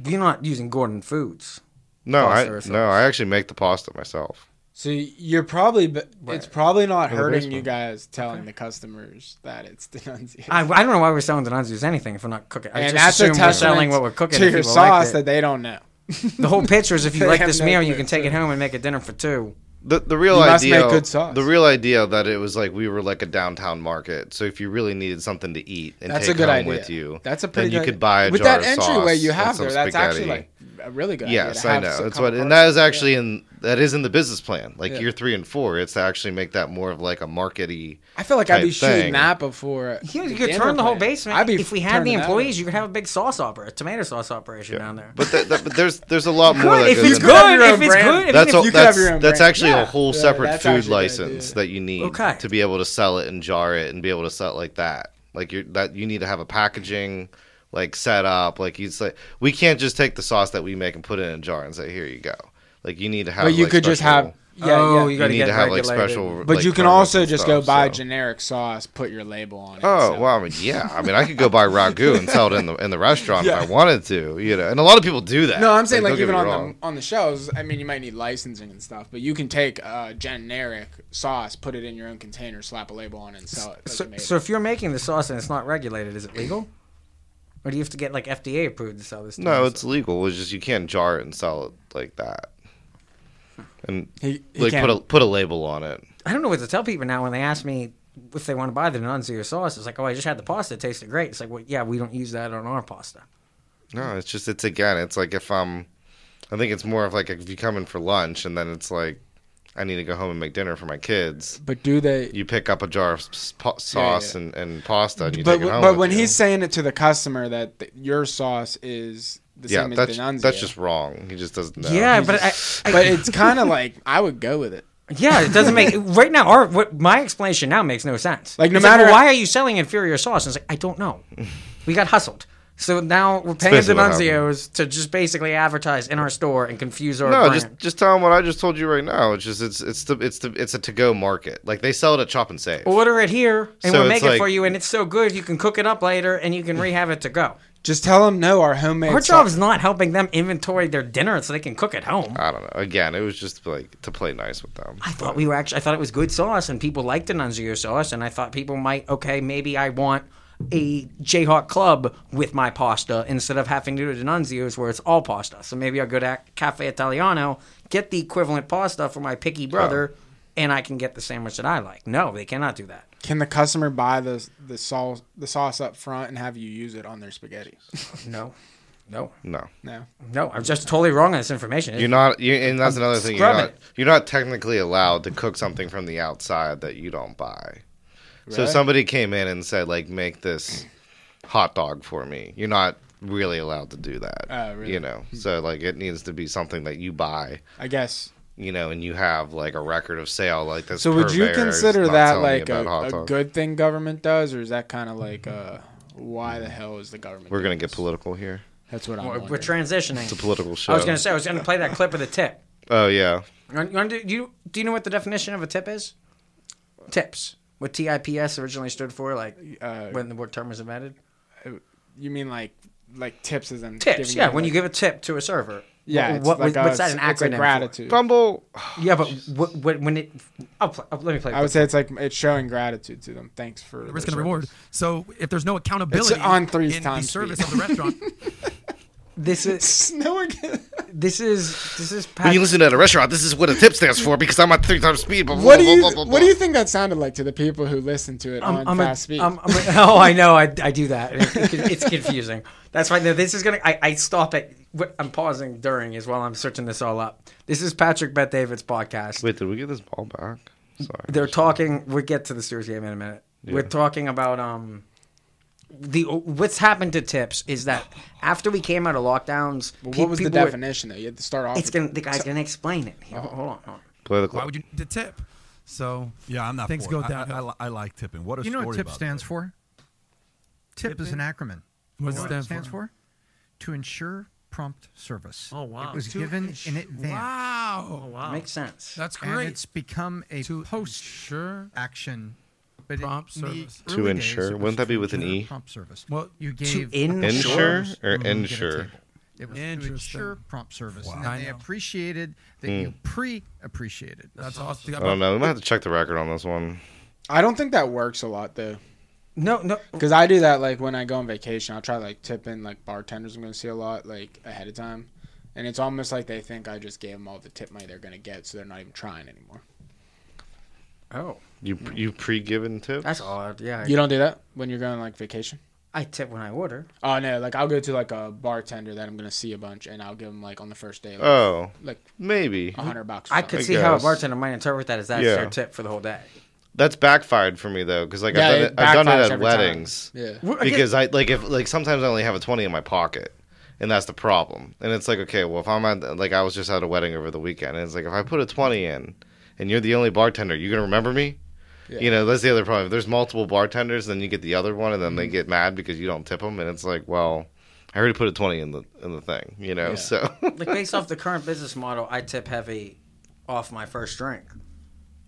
You're not using Gordon Foods. No, I Pasta or no, sauce. I actually make the pasta myself. So you're probably, but it's probably not the hurting basement. you guys telling the customers that it's Denunzio. I, I don't know why we're selling Denunzio's anything if we're not cooking. I and just that's a assume we're testament selling what we're cooking. to if your people liked sauce it. that they don't know. the whole picture is if you They like have this no meal, you clue, can take too. it home and make a dinner for two. The the real You must idea make good sauce. the real idea that it was like we were like a downtown market. So if you really needed something to eat and That's take a good home idea. with you, That's a pretty. then you good could buy a with jar that of entryway sauce you and have some there. That's actually spaghetti. like a really good. idea Yes, to I have know. some That's kind what, of and parts. that is actually in that is in the business plan. Like Yeah. year three and four, it's to actually make that more of like a markety. I feel like I'd be type shooting thing. that before. You, the you could dinner turn the whole plan. basement. I'd be if we had the turning that employees, up. you could have a big sauce opera, a tomato sauce operation down there. But, th- th- but there's there's a lot more that if goes it's into could have good, your if own it's brand. good, if That's it's all, you could that's, have your own that's brand. actually a Yeah. whole Yeah, separate that's food actually a good license idea. that you need Okay. to be able to sell it and jar it and be able to sell it like that. Like you that you need to have a packaging like set up. Like you say, we can't just take the sauce that we make and put it in a jar and say, here you go. Like you need to have. But you like, could just special- have. Oh, Yeah, yeah. you You gotta need get to have like regulated. special. But like, you can permits also and just stuff, go buy so. generic sauce, put your label on it. Oh so- well, I mean, yeah. I mean, I could go buy ragu and sell it in the in the restaurant Yeah. if I wanted to, you know. And a lot of people do that. No, I'm saying like don't get even me on wrong. the on the shelves. I mean, you might need licensing and stuff, but you can take a generic sauce, put it in your own container, slap a label on, it, and sell it. So, Doesn't matter. so if you're making the sauce and it's not regulated, is it legal? Or do you have to get like FDA approved to sell this? No, tomato it's legal. It's just you can't jar it and sell it like that, and He- he like can't- put a put a label on it. I don't know what to tell people now when they ask me if they want to buy the Nunzio sauce. It's like, oh, I just had the pasta. It tasted great. It's like, well, yeah, we don't use that on our pasta. No, it's just it's again. It's like if I'm, I think it's more of like if you come in for lunch and then it's like, I need to go home and make dinner for my kids. but do they? You pick up a jar of s- pa- sauce yeah. And, and pasta and you but take it home. but with when you. he's saying it to the customer that th- your sauce is the yeah, same as that's Denunzio, that's just wrong. He just doesn't know. yeah, but I, I, But it's kind of like I would go with it. Yeah, it doesn't make right now. Our what, my explanation now makes no sense. Like, no It's matter- well, why are you selling inferior sauce? And it's like I don't know. We got hustled, so now we're paying basically what happened. Denunzios to just basically advertise in our store and confuse our No, brand. just just tell them what I just told you right now. It's just it's it's the it's the it's a to go market. Like they sell it at Chop and Save. Order it here, So and we'll it's make it like- for you, and it's so good you can cook it up later, and you can rehab it to go. Just tell them no. Our homemade. Our sau- job is not helping them inventory their dinner so they can cook at home. I don't know. Again, it was just like to play nice with them. I thought we were actually. I thought it was good sauce, and people liked Denunzio sauce, and I thought people might. Okay, maybe I want a Jayhawk Club with my pasta instead of having to do Denunzio's where it's all pasta. So maybe I'll go to Cafe Italiano, get the equivalent pasta for my Oh. picky brother, and I can get the sandwich that I like. No, they cannot do that. Can the customer buy the the sauce the sauce up front and have you use it on their spaghetti? No, no, No, No. no. I'm just totally wrong on this information. you're not. You, and that's another thing. You're scrubbing not. You're not technically allowed to cook something from the outside that you don't buy. So if Really? somebody came in and said, like, make this hot dog for me. You're not really allowed to do that. Oh, really? You know. So like, it needs to be something that you buy. I guess. You know, and you have like a record of sale like this. So would you purveyor is consider not that telling you like about hot a, a dogs. good thing government does, or is that kind of like uh, why the hell is the government? We're gonna doing get this? political here. That's what I'm. We're, wondering. we're transitioning. It's a political show. I was gonna say I was gonna play that clip of the tip. Oh yeah. You want- you want to do, do you do you know what the definition of a tip is? Tips. What TIPS originally stood for, like Uh, when the word term was invented. you mean like like tips as in Tips. giving Yeah, you, when like- you give a tip to a server. yeah. What, it's what- like a- what's that an it's a acronym? for? gratitude. Bumble. Yeah, but what, what, when it, I'll play, I'll, let me play. I would say it's like it's showing gratitude to them. Thanks for risk their and service. reward. So if there's no accountability on three in the times service speed. of the restaurant, this is No one can- this is this is. Pat- When you listen at a restaurant, this is what a tip stands for because I'm at three times speed. Blah, blah, What do blah, you blah, blah, What do you blah. think that sounded like to the people who listened to it on I'm a- fast speed? I'm- I'm a- oh, I know. I, I do that. It- it- it's confusing. That's why no, this is going to, I stop at, what I'm pausing during is while I'm searching this all up. This is Patrick Bet David's podcast. Wait, did we get this ball back? Sorry. they're talking. We'll get to the Steelers game in a minute. We're talking about um the what's happened to tips is that after we came out of lockdowns, Well, pe- what was the Oh. people were- definition though? You had to start off. it's with- gonna the guy's gonna explain it. Here, Hold on, hold on. Play the why clip. would you need to tip? So Yeah, I'm not. Things for go it. I- downhill. I, I, li- I like tipping. What a You know story what TIP about stands that. for? TIP is an acronym. What does You know it stand stands for? for? To ensure prompt service. Oh, wow. It was To given in ensure- advance, Wow, wow. Makes sense. that's and great. it's become a to post sure. action. But Prompt in the service. To early ensure? days, it Wouldn't was that be to with an ensure E? Prompt service. Well, you gave a ensure? service Or when you get a ensure? table. It was to Interesting. ensure prompt service, and I that they know. appreciated that you Hmm. pre-appreciated. That's awesome. I don't know. We might have to check the record on this one. I don't think that works a lot though, No, no. because I do that like when I go on vacation. I'll try to, like tip in like bartenders. I'm gonna see a lot like ahead of time, and it's almost like they think I just gave them all the tip money they're gonna get, so they're not even trying anymore. Oh, You you pre given tip? that's odd. Yeah, You don't do that when you're going like vacation. I tip when I order. Oh no! Like I'll go to like a bartender that I'm gonna see a bunch, and I'll give them like on the first day, like, Oh, like maybe. a hundred bucks. or I something. could I see how a guess. bartender might interpret that as that's Yeah. their tip for the whole day. That's backfired for me though, because like Yeah, I've done it it, I've done it backfires at every time. weddings. Yeah. because I like if like sometimes I only have a twenty in my pocket, and that's the problem. And it's like okay, well if I'm at like I was just at a wedding over the weekend, and it's like if I put a twenty in, and you're the only bartender, you gonna remember me? You know that's the other problem. If there's multiple bartenders, then you get the other one, and then Mm-hmm. they get mad because you don't tip them, and it's like well. I already put a twenty in the in the thing, you know. So like based off the current business model, I tip heavy off my first drink,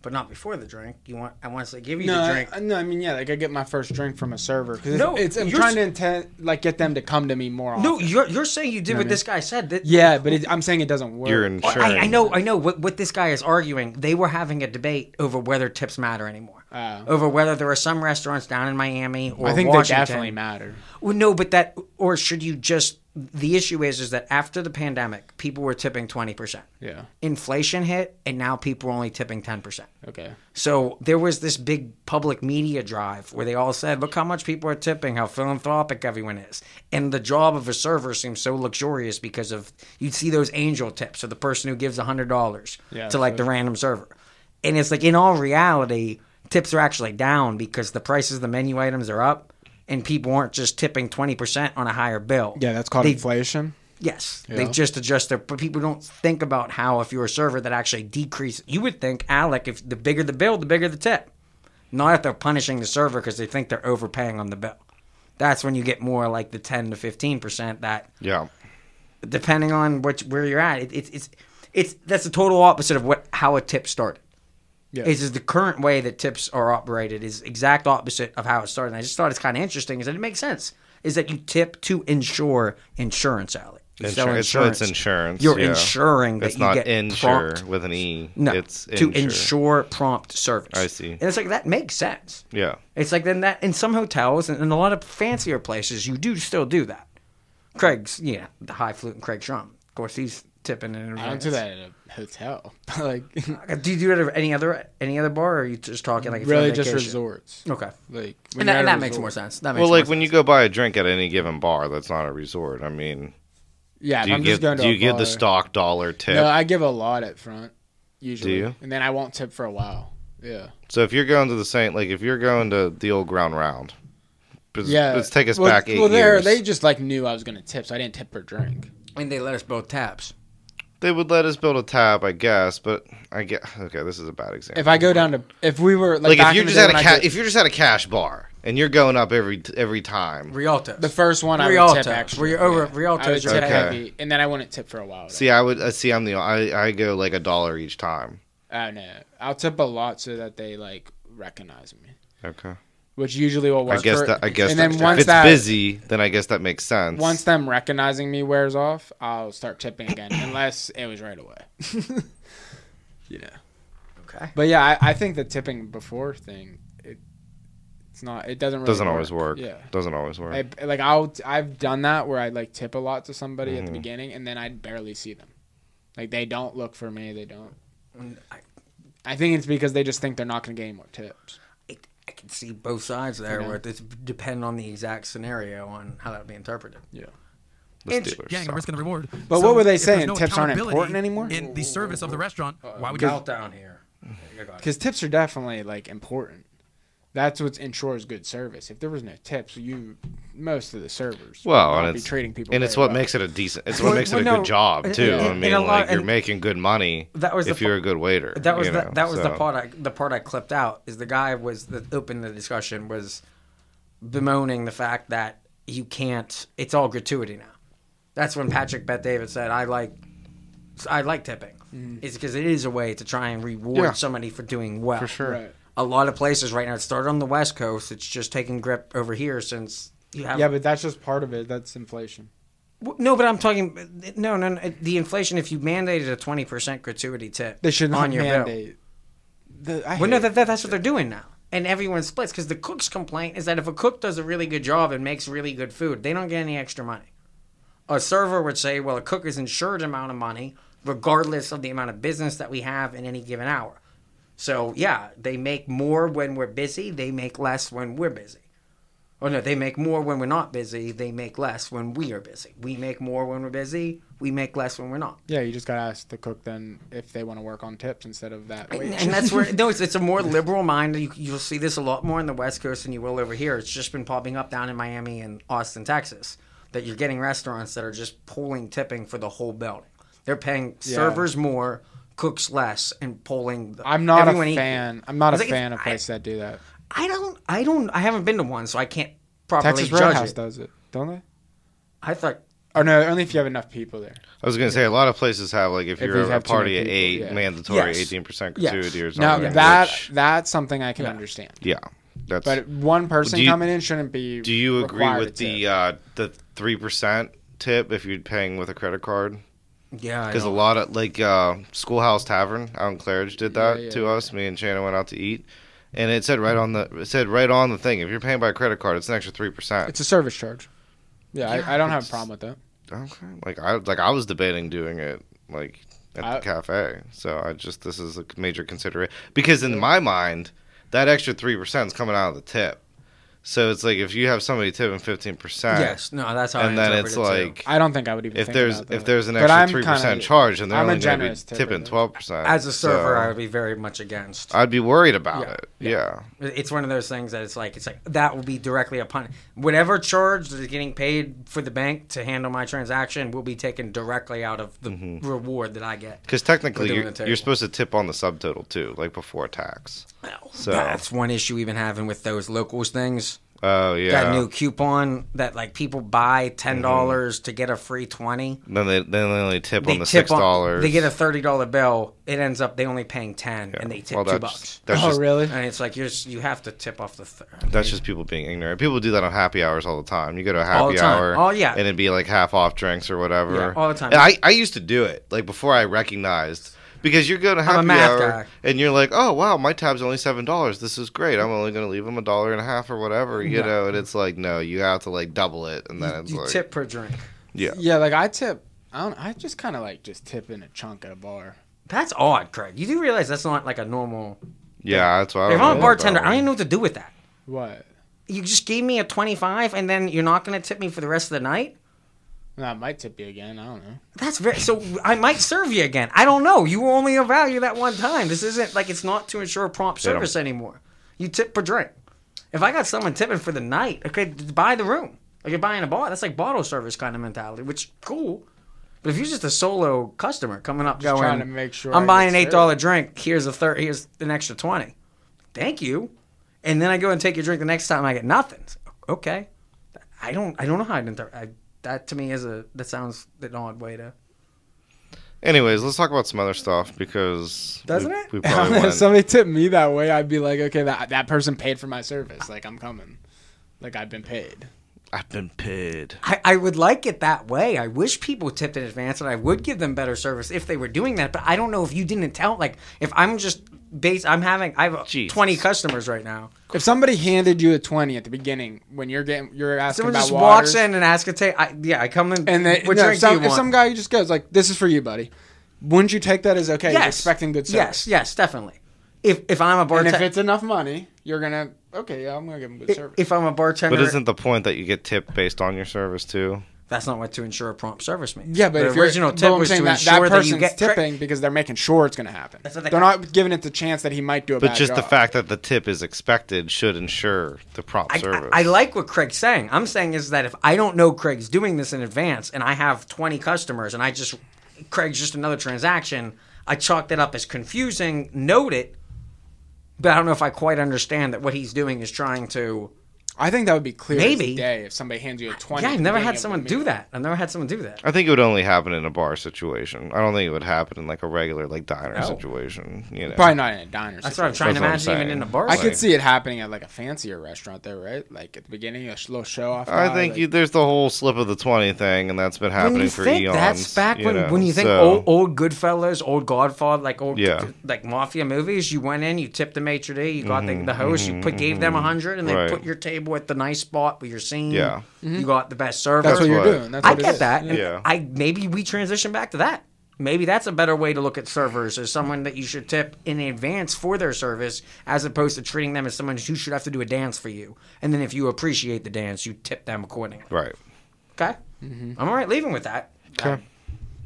but not before the drink. You want I once they give you the No, drink. I- no, I mean, yeah, like I get my first drink from a server. Cause No, no, it's, I'm you're trying s- to intend, like get them to come to me more. No, often. you're you're saying you did know what what I this guy said. That, yeah, but it, I'm saying it doesn't work. you're insuring. I, I know, I know. What what this guy is arguing, they were having a debate over whether tips matter anymore, Oh. over whether there are some restaurants down in Miami or I think Washington. they definitely matter. Well, no, but that or should you just? The issue is is that after the pandemic, people were tipping twenty percent. Yeah. Inflation hit, and now people are only tipping ten percent. Okay. So there was this big public media drive where they all said, "Look how much people are tipping, how philanthropic everyone is." And the job of a server seems so luxurious because of you'd see those angel tips of the person who gives hundred dollars Yeah, to like so- the random server, and it's like in all reality, tips are actually down because the prices of the menu items are up, and people aren't just tipping twenty percent on a higher bill. Yeah, that's called They- inflation. Yes, Yeah. they just adjust their. But people don't think about how if you're a server that actually decrease. You would think Alec, if the bigger the bill, the bigger the tip. Not if they're punishing the server because they think they're overpaying on the bill. That's when you get more like the ten to fifteen percent that Yeah. depending on which where you're at. It, it's it's it's that's the total opposite of what how a tip started. Yeah. It's just the current way that tips are operated is exact opposite of how it started. And I just thought it's kind of interesting. Is that it makes sense? Is that you tip to insure insurance, Alec? You sell Insur- it's- so it's insurance, You're yeah. insuring that it's you not get insure prompt. with an e. No, it's to insure. insure prompt service. I see. And it's like that makes sense. Yeah, It's like then that in some hotels and in a lot of fancier places, you do still do that. Craig's, you know, the high flute and Craig Trump. Of course, he's tipping in. I don't do that at a hotel. like advance. Do you do it at any other any other bar, or are you just talking like if you're on really just vacation? resorts. Okay, Like and that, and that makes more sense. That makes well, more like when you go buy a drink at any given bar, that's not a resort. I mean, Yeah, do if you I'm give just going to do a you give the bar- stock dollar tip? No, I give a lot at front usually, you? and then I won't tip for a while. Yeah, so if you're going to the Saint, like if you're going to the old ground round, let's, yeah. let's take us well, back eight well, there- years. they They, just like knew I was going to tip, so I didn't tip for a drink. sense. And they let us both taps. would let us build a tab, I guess, but I get okay. This is a bad example. If I go down to, if we were like, like, back if you in the just day had a when I ca- did- if you just had a cash bar and you're going up every every time, Real tips. the first one I Real would tip tips. actually. oh, Were you over- yeah. real I would tips you're tip okay. heavy, and then I wouldn't tip for a while. though. see, I would uh, see. I'm the I I go like a dollar each time. I don't know. uh, I'll tip a lot so that they like recognize me, Okay. which usually will work. I guess for- that I guess and that, then if once it's that busy, then I guess that makes sense. once them recognizing me wears off, I'll start tipping again, unless it was right away. you know. okay. But yeah, I, I think the tipping before thing, it, it's not. It doesn't really doesn't always work. Yeah. Doesn't always work. I, like I'll I've done that where I like tip a lot to somebody Mm-hmm. at the beginning and then I barely see them. Like they don't look for me. They don't. I, I think it's because they just think they're not going to get any more tips. it, I can see both sides there, Yeah. where it's depend on the exact scenario on how that would be interpreted. Yeah. the it's- Steelers Yeah, suck. risk and reward. But what were they if there's saying? no Tips aren't accountability important anymore? In the service of the restaurant, why would you? Melt down here. You're gone. Because tips are definitely like important. That's what ensures good service. If there was no tips, you most of the servers Well, would and not be it's- trading people. and it's very what well. makes it a decent. It's what Well, makes it a well, no, good job in- too. I in- mean, in a lot- like you're in- making good money. That was the if you're fu- a good waiter. That was you the, know, that was the so. part I the part I clipped out is the guy was that opened the discussion was bemoaning the fact that you can't it's all gratuity now. That's when Patrick Bet David said I like I like tipping. Mm. It's because it is a way to try and reward Yeah. somebody for doing well. For sure. Right. A lot of places right now it started on the West Coast, it's just taking grip over here since you have Yeah, but that's just part of it. That's inflation. Well, no, but I'm talking no, no, no. The inflation if you mandated a 20% gratuity tip They should not on your bill. mandate. The, I Well, hate no, it. that, that, that's what they're doing now. And everyone splits because the cook's complaint is that if a cook does a really good job and makes really good food, they don't get any extra money. A server would say, well, a cook is insured amount of money regardless of the amount of business that we have in any given hour. So, yeah, they make more when we're busy, they make less when we're busy. Oh, no, they make more when we're not busy, they make less when we are busy. We make more when we're busy, we make less when we're not. Yeah, you just gotta ask the cook then if they want to work on tips instead of that. And, wage. and that's where no, it's, it's a more liberal mind. You, you'll see this a lot more in the West Coast than you will over here. It's just been popping up down in Miami and Austin, Texas, that you're getting restaurants that are just pulling tipping for the whole building. They're paying Yeah. servers more, cooks less, and pulling. The, I'm not everyone a equal. fan. I'm not a It's like it's- fan of I- places that do that. I don't. I don't. I haven't been to one, so I can't properly Texas judge Roadhouse it. does it, don't they? I thought Or no, only if you have enough people there. I was gonna say a lot of places have like if, If you're you a have too party many at people, eight, yeah. mandatory Yes. eighteen percent Yes. gratuity or something. Now that which- that's something I can Yeah. understand. yeah, that's. But one person Do you- coming in shouldn't be. do you agree required with to tip. the uh, the three percent tip if you're paying with a credit card? yeah. I Because a don't- lot of like uh, Schoolhouse Tavern out in Claridge did that Yeah, yeah, to yeah. us. Me and Shannon went out to eat, and it said right on the it said right on the thing. If you're paying by credit card, it's an extra three percent. It's a service charge. Yeah, I, I don't have a problem with that. Okay, like I like I was debating doing it like at I- the cafe. So I just this is a major consideration because in my mind that extra three percent is coming out of the tip. So it's like if you have somebody tipping fifteen percent, Yes, no, that's how. and I then interpret it's it, too. like I don't think I would even. if think there's about if that. there's an But extra I'm three kinda- percent charge, and they're I'm a only going to be generous tipper, tipping though. twelve percent. as a server, I would be very much against. I'd be worried about Yeah, it. Yeah. It's one of those things that it's like it's like that will be directly upon whatever charge that is getting paid for the bank to handle my transaction will be taken directly out of the Mm-hmm. reward that I get. Because technically, doing you're, the you're table. supposed to tip on the subtotal too, like before tax. So- That's one issue we've been having with those locals things. Oh yeah. Mm-hmm. Got a new coupon that like people buy ten dollars to get a free twenty. Then they then they only tip They on the tip six on. dollars. They get a thirty dollar bill. It ends up they only paying ten, and they tip two bucks. That's oh just, really? And it's like you're s- you have to tip off the. Th- That's just people being ignorant. People do that on happy hours all the time. You go to a All the happy time. hour, Oh, yeah. and it'd be like half off drinks or whatever. Yeah, all the time. And I, I used to do it like before I recognized because you're going to happy math hour guy. and you're like, oh wow, my tab's only seven dollars. This is great. I'm only going to leave them a dollar and a half or whatever, you know. And it's like, no, you have to like double it, and then it's you like, tip per drink. yeah, Yeah, like I tip. I don't. I just kind of like just tip in a chunk at a bar. That's odd, Craig. You do realize that's not like a normal. yeah. That's why. If I'm a bartender, I don't even know what to do with that. What? You just gave me a twenty-five, and then you're not going to tip me for the rest of the night. Nah, I might tip you again. I don't know. That's very so. I might serve you again. I don't know. You were only of value that one time. This isn't like it's not to ensure prompt They don't- service anymore. You tip per drink. If I got someone tipping for the night, I could buy the room. Like you're buying a bottle. That's like bottle service kind of mentality, which cool. But if you're just a solo customer coming up, going, trying to make sure I I'm get buying an eight served." dollar drink. Here's a third. Here's an extra twenty. Thank you. And then I go and take your drink the next time. and I get nothing. It's like, Okay. I don't. I don't know how I'd inter- I, that to me is a that sounds an odd way to. Anyways, let's talk about some other stuff because Doesn't we, it? We probably if went. somebody tipped me that way, I'd be like, okay, that that person paid for my service. Like I'm coming. Like I've been paid. I've been paid. I, I would like it that way. I wish people tipped in advance and I would give them better service if they were doing that. But I don't know if you didn't tell. Like, if I'm just based, I'm having, I have Jesus. 20 customers right now. If somebody handed you a twenty at the beginning when you're getting, you're asking Someone about just waters, walks in and asks a take. I, yeah, I come in. and they, what no, drink do some, you want? if some guy just goes like, "This is for you, buddy," wouldn't you take that as okay? You're yes. expecting good Yes, service. yes, definitely. If, if I'm a And bartender. if it's enough money, you're gonna okay. Yeah, I'm gonna give him good service. if I'm a bartender, But isn't the point that you get tipped based on your service too? that's not what to ensure prompt service means. yeah, but the if you're, original but tip I'm was to saying that, that ensure that, person's you get cre- tipping because they're making sure it's gonna happen. That's They're what they call- not giving it the chance that he might do a But bad just the job. fact that the tip is expected should ensure the prompt I- service. I, I like what Craig's saying. I'm saying is that if I don't know Craig's doing this in advance and I have 20 customers and I just, Craig's just another transaction, I chalked it up as confusing, note it, but I don't know if I quite understand that what he's doing is trying to. I think that would be clear Maybe. as day if somebody hands you a twenty. Yeah, at I've the never beginning had of someone the do meal. that. I've never had someone do that. I think it would only happen in a bar situation. I don't think it would happen in like a regular like diner No. situation. You know, Probably not in a diner. That's what I'm situation. trying to That's imagine, what I'm even in a saying. bar. I Like- could see it happening at like a fancier restaurant, though, right? Like at the beginning, a sh- little show off. I guy, think like- you, there's the whole slip of the twenty thing, and that's been happening when you for think eons. that's back when, know, when you think so- old, old Goodfellas, old Godfather, like old Yeah. like mafia movies, you went in, you tipped the maitre d, you got the, the host, you put gave them a hundred, and they Mm-hmm, Right. put your table at the nice spot with your scene. Yeah. you got the best service. Mm-hmm. that's what you're what- doing. That's I what it get is. that. and Yeah. I maybe we transition back to that. Maybe that's a better way to look at servers as someone that you should tip in advance for their service, as opposed to treating them as someone who should have to do a dance for you. And then if you appreciate the dance, you tip them accordingly. right. Okay. I'm all right leaving with that. Okay.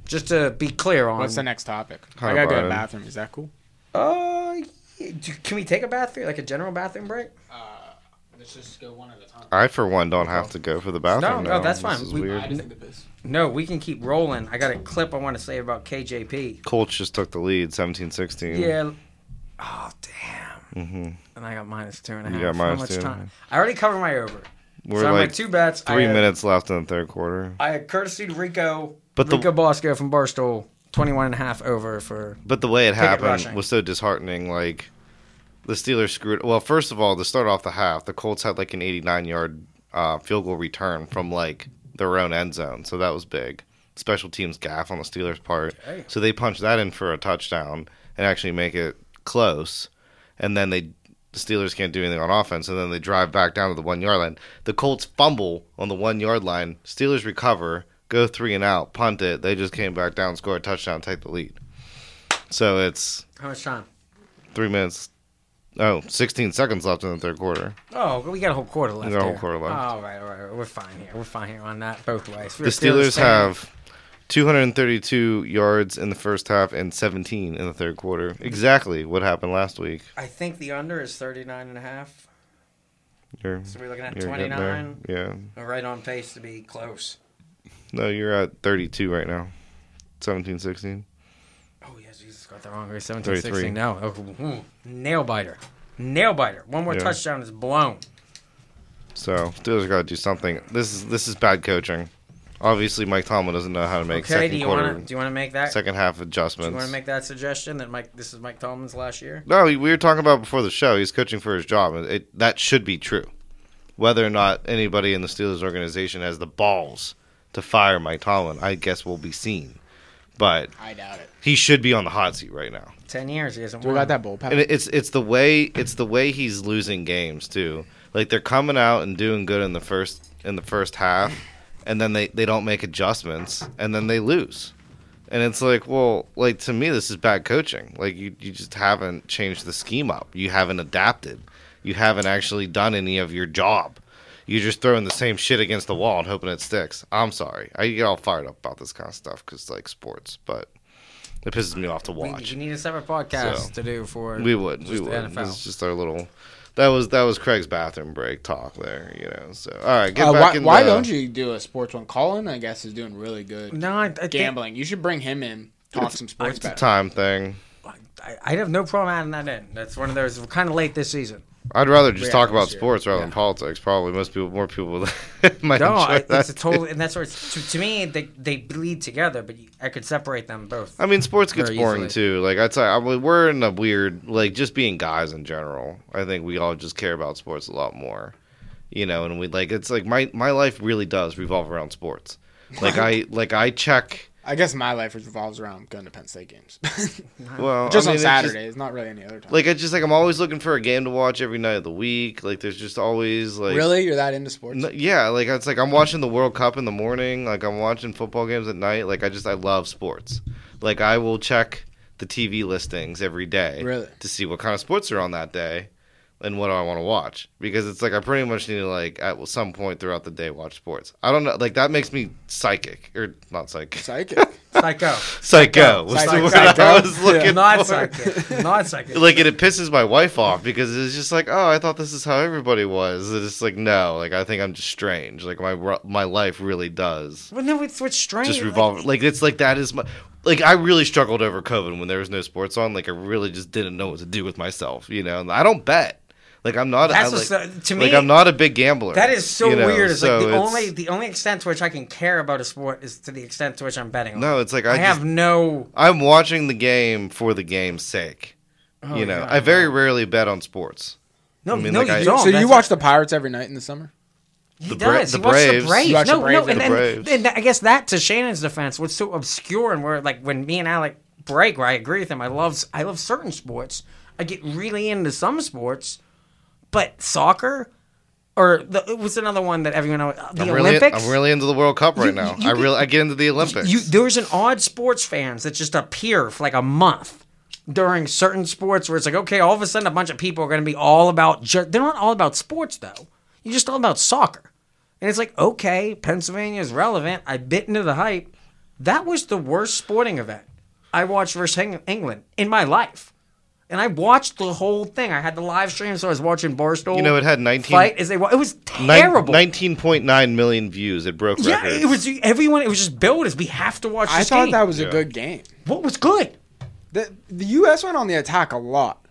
Just to be clear on. What's the next topic? Hi, I gotta go to Brian. the bathroom. Is that cool? Uh, yeah, do- can we take a bathroom, like a general bathroom break? Let's just go one at a time. I for one don't have to go for the bathroom. No, now. no, that's This fine. is We- weird. No, we can keep rolling. I got a clip I want to say about KJP. Colts just took the lead, 17-16. Yeah. Oh damn. Mm-hmm. And I got minus two and a half. You got minus How much two and a time? I already covered my over. We're so I'm like at two bets. I uh, three had- minutes left in the third quarter. I had courtesy to Rico. But the- Rico Bosco from Barstool, 21 and a half over for. But the way it happened rushing. was so disheartening. Like the Steelers screwed. Well, first of all, to start off the half, the Colts had like an 89 yard uh, field goal return from like their own end zone, so that was big. Special teams gaff on the Steelers' part, so they punched that in for a touchdown and actually make it close. And then they the Steelers can't do anything on offense, and then they drive back down to the one yard line. The Colts fumble on the one yard line. Steelers recover, go three and out, punt it. They just came back down, score a touchdown, take the lead. So it's How much time? three minutes Oh, 16 seconds left in the third quarter. Oh, we got a whole quarter left. We got a whole here. quarter left. All right, all right, all right. We're fine here. We're fine here on that both ways. The Steelers have 232 yards in the first half and 17 in the third quarter. Exactly what happened last week. I think the under is 39 and a half. You're, So we're looking at you're getting there. 29. Yeah. We're right on pace to be close. No, you're at 32 right now. 17, 16. Oh yeah, Jesus got the wrong way. 17, 33. 16 now. Oh, hmm. nail biter, nail biter. One more Yeah. touchdown is blown. So Steelers got to do something. This is this is bad coaching. Obviously, Mike Tomlin doesn't know how to make okay, do second you quarter, want to do you want to make that? second half do adjustments. you want to make that suggestion that Mike? This is Mike Tomlin's last year. No, we we were talking about before the show. He's coaching for his job. It, it- that should be true. Whether or not anybody in the Steelers organization has the balls to fire Mike Tomlin, I guess will be seen. But I doubt it. he should be on the hot seat right now. Ten years he hasn't We won. got that bullpen. And it- it's it's the way it's the way he's losing games too. Like they're coming out and doing good in the first in the first half, and then they they don't make adjustments, and then they lose. And it's like, well, like to me, this is bad coaching. Like you you just haven't changed the scheme up. You haven't adapted. You haven't actually done any of your job. You're just throwing the same shit against the wall and hoping it sticks. I'm sorry. I get all fired up about this kind of stuff because like sports, but it pisses me off to We, watch. you need a separate podcast So, to do for We would. just we the would. NFL. It's just our little. That was that was Craig's bathroom break talk there. You know. So all right, get Uh, back why in. why the- don't you do a sports one? Colin, I guess, is doing really good. No, I, I think- Gambling. You should bring him in. Talk some sports It's a about it. time thing. I, I have no problem adding that in. That's one of those. We're kind of late this season. I'd rather just Yeah, talk about this year. sports rather than politics. Probably most people, more people might No, enjoy I, that. it's a total, and that's where it's to, to me they they bleed together, but you- I could separate them both. I mean, sports gets Very boring easily. too. Like I'd say, I mean, we're in a weird, like just being guys in general. I think we all just care about sports a lot more, you know. And we like it's like my my life really does revolve around sports. Like I like I check. I guess my life revolves around going to Penn State games. Well, I just mean, on it's just- Saturdays, not really any other time. Like it's just like I'm always looking for a game to watch every night of the week. Like there's just always like really? You're that into sports? N- yeah. Like it's like I'm watching the World Cup in the morning. Like I'm watching football games at night. Like I just I love sports. Like I will check the TV listings every day Really? to see what kind of sports are on that day and what do I want to watch because it's like I pretty much need to like at some point throughout the day watch sports. I don't know. Like that makes me psychic or not psychic. Psychic. Psycho, Psycho. was the Psycho. word I Psycho. was looking not for psycho, not psycho. like and it pisses my wife off because it's just like oh i thought this is how everybody was and it's like no like i think i'm just strange like my ru- my life really does Well, no, it's what's strange. just like- revolve like it's like that is my like i really struggled over covid when there was no sports on like i really just didn't know what to do with myself you know and i don't bet like i'm not That's I, what's like, so- to like me- i'm not a big gambler That is so you know, weird. It's like the it's- only the only extent to which I can care about a sport is to the extent to which I'm betting. on it. no it's like i, I, just, have no. i'm watching the game for the game's sake you know God, i very rarely bet on sports No, I mean, no, like, you I- don't. so you That's- watch the Pirates every night in the summer? He the Bra- does. the he watched Braves. the Braves. He watched no, the Braves no, and, and the then Braves. and I guess that to Shannon's defense, what's so obscure and where like when me and Alec break, where I agree with him, I love I love certain sports. I get really into some sports, but soccer or the, what's another one that everyone knows? The I'm really, Olympics. I'm really into the World Cup right now. you I get- really, I get into the Olympics. You, there's an odd sports fans that just appear for like a month during certain sports where it's like, okay, all of a sudden a bunch of people are going to be all about. Ju- they're not all about sports though. You're just all about soccer, and it's like, okay, Pennsylvania is relevant. I bit into the hype. That was the worst sporting event I watched versus Eng- England in my life. And I watched the whole thing. I had the live stream, so I was watching Barstool. You know, it had 19 fight as they. wa- It was Nine- terrible. 19.9 million views. It broke yeah, records. it was everyone. It was just billed as we have to watch. I this thought game." that was Yeah. a good game. What was good? The, the U.S. went on the attack a lot.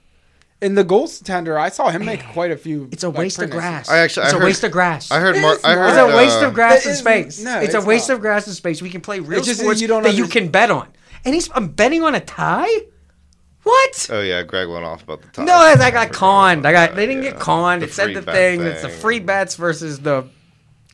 And the goaltender, I saw him make quite a few. It's a like, waste of pretty nice- grass. I actually, it's I a heard, waste of grass. I heard, Mar- It's I not. heard, it's a waste uh, of grass That in is- space. no, it's, a it's waste not. of grass in space. We can play real It's just that sports you don't that you understand- can bet on. And he's I'm betting on a tie. What? Oh yeah, Greg went off about the time. no, I, I got conned. I got. They didn't yeah. get conned. The it said free the bet thing. It's the thing. free bets versus the.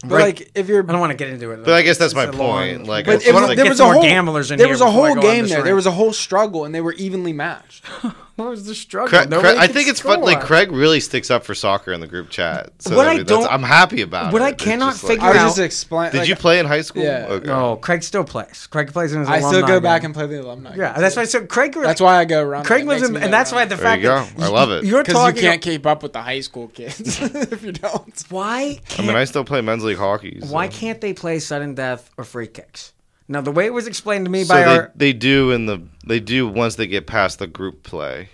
But like, if you're I don't want to get into it. But I guess that's It's my a point. long- Like, But it's it was, like- there was Gets a more whole gamblers in there here was a before I whole go on game this there. rant. There was a whole struggle, and they were evenly matched. What was the struggle? Craig, Nobody Craig- I could think it's fun. Like score. Craig really sticks up for soccer in the group chat. So What I I mean, that's- don't- I'm happy about. what it. I It's cannot just like- I figure was out- just explaining. Did you play in high school? Yeah. Okay. No, Oh, Craig still plays. Craig plays in his I still alumni go back game. and play the alumni. Yeah, games, that's yeah. why. So Craig, That's why I go around. Craig lives in, and that's why the There fact you that go. I love it. You're because you talking. can't keep up with the high school kids if you don't. why? I Can't, mean, I still play men's league hockey. so- why can't they play sudden death or free kicks? Now the way it was explained to me So by they, our they do in the they do once they get past the group play.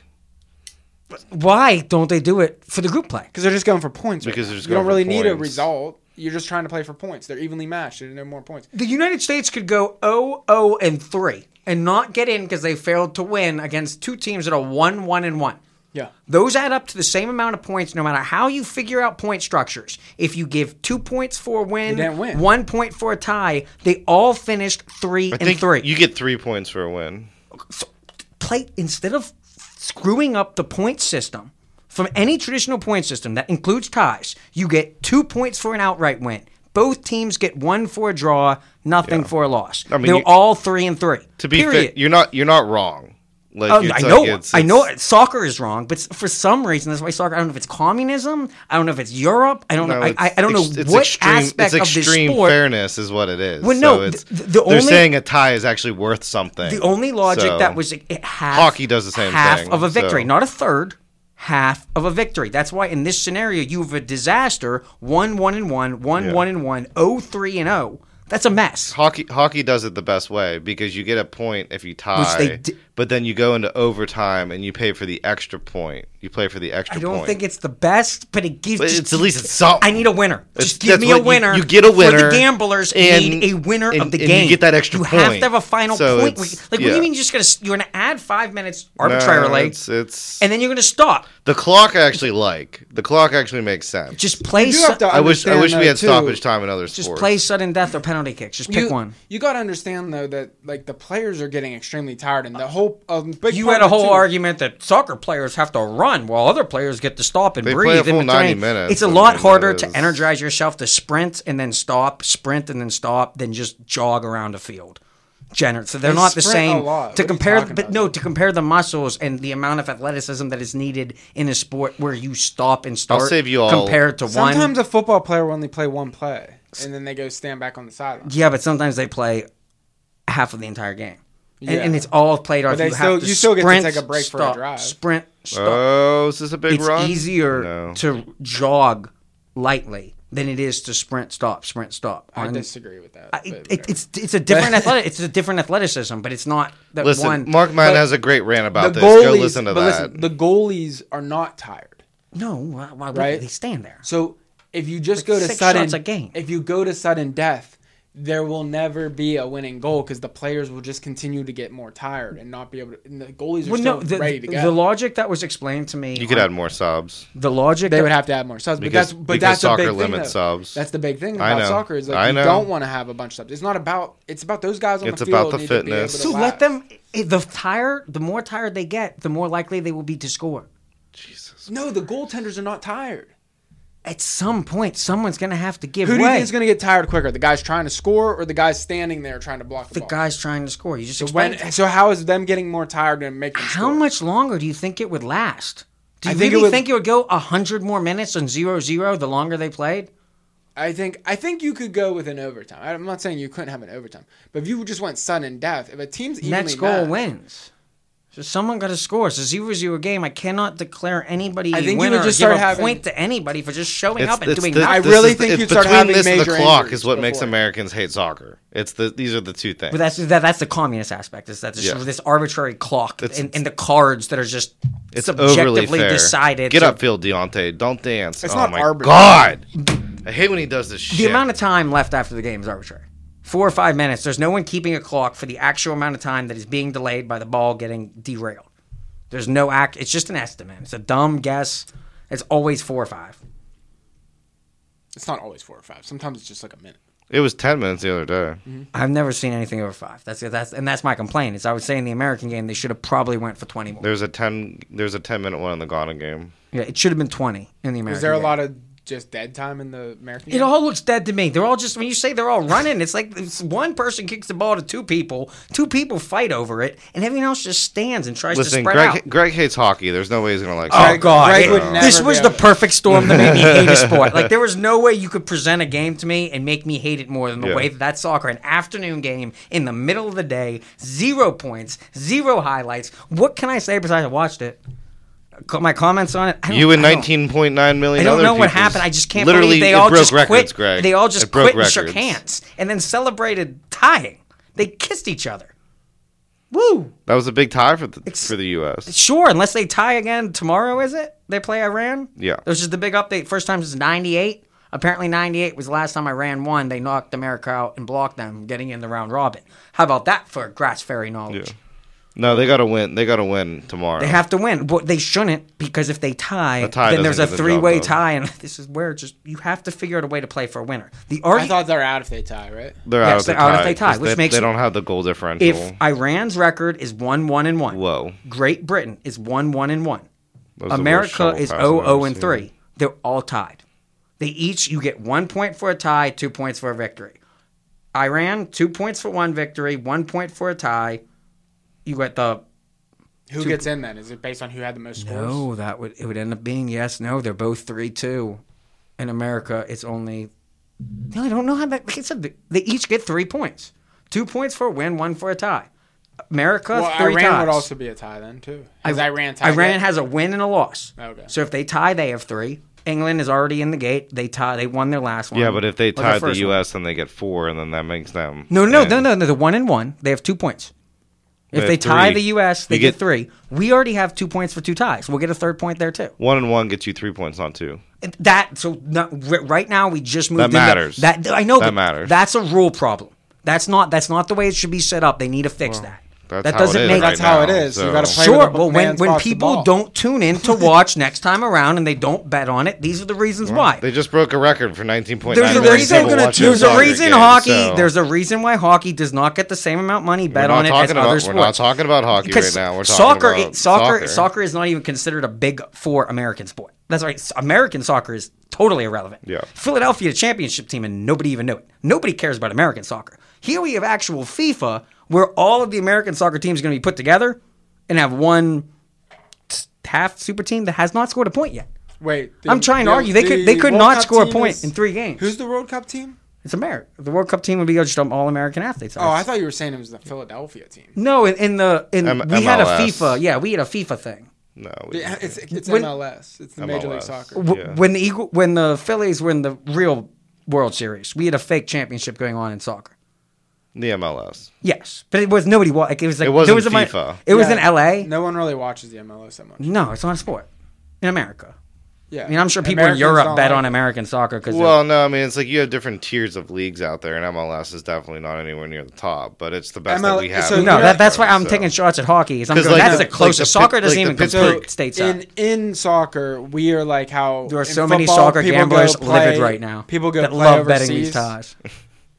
why don't they do it for the group play? Because they're just going for points. Because right they're just now. you don't going really for need a points. result. You're just trying to play for points. They're evenly matched. There's no more points. The United States could go 0 0 and 3 and not get in because they failed to win against two teams that are 1 1 and 1. Yeah. Those add up to the same amount of points no matter how you figure out point structures. If you give two points for a win, They didn't win. one point for a tie, they all finished 3 I and think 3. you get three points for a win. play instead of screwing up the point system from any traditional point system that includes ties, you get two points for an outright win. Both teams get one for a draw, nothing for a loss. mean, They're you- all three and three. To be fair, period. you're not you're not wrong. Like Oh, it's I like know, it's- I it's- know. it. Soccer is wrong, but s- for some reason, that's why soccer. I don't know if it's communism. I don't know if it's Europe. I don't no, know. I, it's I, I don't know ex- it's what extreme, it's aspect of this extreme sport. fairness is what it is. Well, So no, th- it's- th- the they're only- saying a tie is actually worth something. The only logic So- that was it half, Hockey does the same half thing, of a victory, so- not a third, half of a victory. That's why in this scenario you have a disaster: one, one, and one, one, Yeah. one, and one, oh, three, and oh. That's a mess. hockey hockey does it the best way because you get a point if you tie, they di- but then you go into overtime and you pay for the extra point. You play for the extra. I don't point. think it's the best, but it gives. But just it's- at least it's something. I need a winner. It's- just give that's me a what you- winner. you get a For winner, the gamblers and- need a winner and- of the and you game. get that extra You have point. to have a final So point. it's- Like, what do yeah. you mean? You're just gonna s- you're gonna add five minutes No, arbitrarily, it's, it's and then you're gonna stop. the clock. I actually like the clock. Actually makes sense. Just play. You do so- have to I wish I understand, wish we though, had too, stoppage time in other Just sports. play sudden death or penalty kicks. Just pick you, one. You got to understand though that like the players are getting extremely tired, and the whole um, big You part had of a it, whole too- argument that soccer players have to run while other players get to stop and They play breathe. a full in 90 between. minutes, It's a I lot mean, that harder to is- energize yourself to sprint and then stop, sprint and then stop, than just jog around a field. Gener- so they're They not the sprint a lot. same. To What are you compare, talking but about? no, to compare the muscles and the amount of athleticism that is needed in a sport where you stop and start. save you all- compared to one. Sometimes a football player will only play one play, and then they go stand back on the sideline. yeah, but sometimes they play half of the entire game, and, and Yeah. it's all played off. they You still- have to you still get to sprint, take a break for a stop, drive. Sprint, stop. Oh, is this a big it's run? easier No. to jog lightly than it is to sprint, stop, sprint, stop. I On- disagree with that. I- but it- whatever. it's it's a different athletic, it's a different athleticism, but it's not that Listen, one. Mark Mann but has a great rant about the this. goalies, Go listen to but that. listen, the goalies are not tired. no, why, why would Right? they stand there? So if you just Like go to six sudden, shots a game. if you go to sudden death, there will never be a winning goal because the players will just continue to get more tired and not be able to. And the goalies are Well, still no, the, ready to go. the logic that was explained to me. you could add more subs. the logic. they that- would have to add more subs, Because- but that's but because that's soccer a big thing. limits though. subs. That's the big thing I about know. soccer is like I you know. don't want to have a bunch of subs. It's not about it's about those guys on It's the about field. the need to be able fitness. to so last. let them. The tired, the more tired they get, the more likely they will be to score. No, the goaltenders are not tired. At some point, someone's going to have to give Who do you way. think is going to get tired quicker? The guys trying to score or the guys standing there trying to block the, the ball? guy's trying to score. You just So explained. when so how is them getting more tired and make them How score? much longer do you think it would last? Do I you think it really would- think it would go hundred more minutes on 0-0 the longer they played? I think I think you could go with an overtime. I'm not saying you couldn't have an overtime, but if you just went sudden death, if a team's evenly Next goal matched, wins. So someone got to score. It's a 0-0 game. I cannot declare anybody I think you winner would or just give start a having- point to anybody for just showing It's- up and it's doing the- nothing. I this really is the- think it's you'd start between having this and the major clock injuries is what makes before. Americans hate soccer. It's the these are the two things. But that's that, that's the communist aspect. Is that this, Yeah. this arbitrary clock It's- and, and the cards that are just it's overly subjectively fair. decided? Get to- upfield, Deontay. Don't dance. It's oh not my arbitrary. god! I hate when he does this shit. The amount of time left after the game is arbitrary. Four or five minutes. There's no one keeping a clock for the actual amount of time that is being delayed by the ball getting derailed. There's no act. It's just an estimate. It's a dumb guess. It's always four or five. it's not always four or five. Sometimes it's just like a minute. it was ten minutes the other day. I've never seen anything over five. That's that's and that's my complaint. Is I would say in the American game they should have probably went for twenty more. There's a ten. There's a ten minute one in the Ghana game. Yeah, it should have been twenty in the American. Is there a game. lot of just dead time in the American. It game? all looks dead to me. They're all just when you say they're all running, it's like it's one person kicks the ball to two people, two people fight over it, and everyone else just stands and tries to Listen, spread out. Greg, Greg hates hockey. There's no way he's gonna like. Oh soccer. god! Greg would It- never this be was the able- perfect storm that made me hate a sport. Like there was no way you could present a game to me and make me hate it more than the Yeah. way that, that soccer, an afternoon game in the middle of the day, zero points, zero highlights. What can I say besides I watched it? Co- My comments on it. I don't- You and I don't- 19.9 million. I don't other know what people's- happened. I just can't Literally, believe they it all broke just records, quit. Greg. They all It just broke quit and shook records. hands and then celebrated tying. They kissed each other. Woo! That was a big tie for the Ex- for the U.S. Sure, unless they tie again tomorrow, is it? They play Iran? Yeah. This is the big update. First time since 98. Apparently, 98 was the last time Iran won. They knocked America out and blocked them getting in the round robin. How about that for grass fairy knowledge? Yeah. No, they gotta win. They gotta win tomorrow. They have to win. Well, they shouldn't because if they tie, A tie then there's a doesn't get the job three-way done. tie, and this is where just you have to figure out a way to play for a winner. The I argument thought they're out if they tie, right? They're Yes, out, if they they're out if tie, they tie, 'cause which they, makes they it- don't have the goal differential. if Iran's record is one one and one, Whoa, Great Britain is one one and one. That was the worst America shovel is pass I've ever 0 0 and seen. 3. They're all tied. They each, you get one point for a tie, two points for a victory. Iran, two points for one victory, one point for a tie. You get the. Who gets in then? Is it based on who had the most scores? No, that would, it would end up being yes, no. They're both 3 2. In America, it's only. No, I don't know how that. Like I said, they- they each get three points two points for a win, one for a tie. America, Well, three Iran ties. would also be a tie then too. Is I- Iran tied? Iran yet? has a win and a loss. Okay. So if they tie, they have three. England is already in the gate. They tie. They won their last one. Yeah, but if they Or their tied the first one. U.S., then they get four, and then that makes them. no, no, in. no, no, no, the one and one, they have two points. If They they, have tie three. the U.S., they You get, get- three. We already have two points for two ties. We'll get a third point there too. One and one gets you three points on two. And That so not, r- right now we just moved. That into- matters. That I know That but matters. That's a rule problem. That's not. That's not the way it should be set up. They need to fix that. That's that how doesn't it is make right That's how now, it is. You so- gotta play- Sure. with the Well, when, man's when off the people ball. don't tune in to watch next time around and they don't bet on it, these are the reasons why. They just broke a record for 19.9 there's a million reason. people watching There's a soccer reason games, hockey. so- There's a reason why hockey does not get the same amount of money We're bet not on it as talking about- other sports. We're not talking about hockey right now. We're talking soccer, about it- soccer, soccer. soccer, is not even considered a big four American sport. That's right. S- American soccer is totally irrelevant. Yeah. Philadelphia championship team, and nobody even knew it. Nobody cares about American soccer. Here we have actual FIFA, where all of the American soccer teams are going to be put together and have one s- half super team that has not scored a point yet. Wait, I'm trying to argue. They could- they could World not Cup score a team point in three games. Who's the World Cup team? It's America. The World Cup team would be just on all American athletes. Oh, I thought you were saying it was the Philadelphia team. No, in, in the in M- we had a MLS. FIFA. Yeah, we had a FIFA thing. No, we Yeah, It's it's When- MLS. It's the Major League MLS. Soccer. W- Yeah. When the Eagle, when the Phillies were in the real World Series, we had a fake championship going on in soccer. the MLS. Yes, but it was nobody. wa- Like it was like It wasn't there was a mon- FIFA. It was Yeah. in L.A. No. No one really watches the MLS that much. it's not a sport in America. Yeah, I mean, I'm sure people Americans in Europe don't bet like on it. American soccer because Well, no, I mean it's like you have different tiers of leagues out there, and MLS is definitely not anywhere near the top, but it's the best that we ML have. so in you no, know- America, that, that's why I'm so. taking shots at hockey. Is I'm 'Cause, going, like, that's the- the like, the closest. Pit- soccer doesn't like, the even compete Pittsburgh- stateside. in in soccer, we are like how There are in so many football, soccer people go gamblers play, livid right now. People go that play love overseas. betting these ties.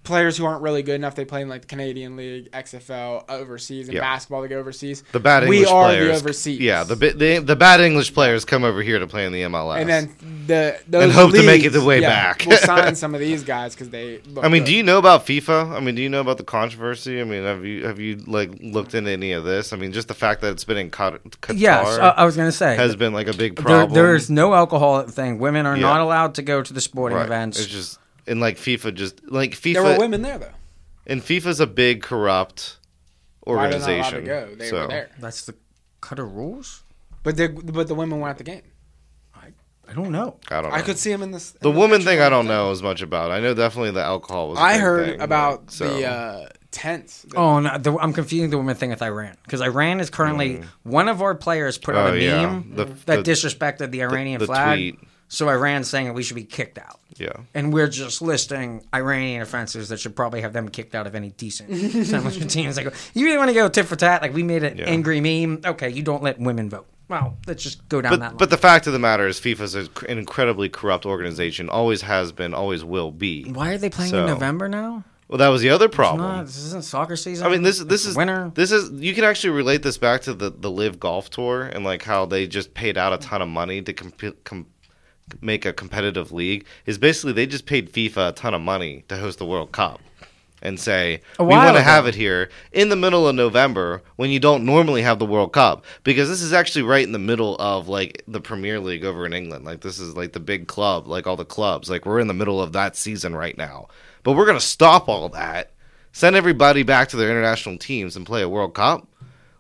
Players who aren't really good enough, they play in like the Canadian League, XFL, overseas, and Yeah. basketball they go overseas. The bad English we are players, the overseas. Yeah, the, bi- the the bad English players come over here to play in the MLS. and then the those And hope to make it leagues, the way yeah, back. we'll sign some of these guys because they. Look I mean, good. do you know about FIFA? I mean, do you know about the controversy? I mean, have you have you like looked into any of this? I mean, just the fact that it's been in Qat- Qatar Yes, I, I was going to say has been like a big There, problem. there is no alcohol thing. Women are Yeah. not allowed to go to the sporting Right. events. It's just and like FIFA just like FIFA there were women there though? and FIFA's a big corrupt Why they're not allowed organization. to go? They so were there, That's the Qatar rules. but the but the women were at the game. I don't know. I don't know. I could see them in this. the in woman picture thing all I the don't time. know as much about. I know definitely the alcohol was. a I big heard thing, about like, so. the uh, tents. that- Oh, no, the, I'm confusing the women thing with Iran because Iran is currently one of our players put Mm. out Oh, a yeah. meme The- that the- disrespected the Iranian the flag. tweet. So Iran's saying that we should be kicked out. yeah. And we're just listing Iranian offenses that should probably have them kicked out of any decent sandwich teams. Like, you really want to go tit for tat? Like, we made an Yeah. angry meme. Okay, you don't let women vote. Well, let's just go down that line. But, but the fact of the matter is, FIFA's an incredibly corrupt organization. Always has been. Always will be. Why are they playing So- in November now? Well, that was the other No, problem. this isn't soccer season. I mean, this this It's is winter. This is you can actually relate this back to the the Live Golf Tour and like how they just paid out a ton of money to comp- com- make a competitive league is basically they just paid FIFA a ton of money to host the World Cup and say A we while want to ago. have it here in the middle of November when you don't normally have the World Cup because this is actually right in the middle of like the Premier League over in England. Like this is like the big club, like all the clubs. Like we're in the middle of that season right now. But we're going to stop all that. Send everybody back to their international teams and play a World Cup?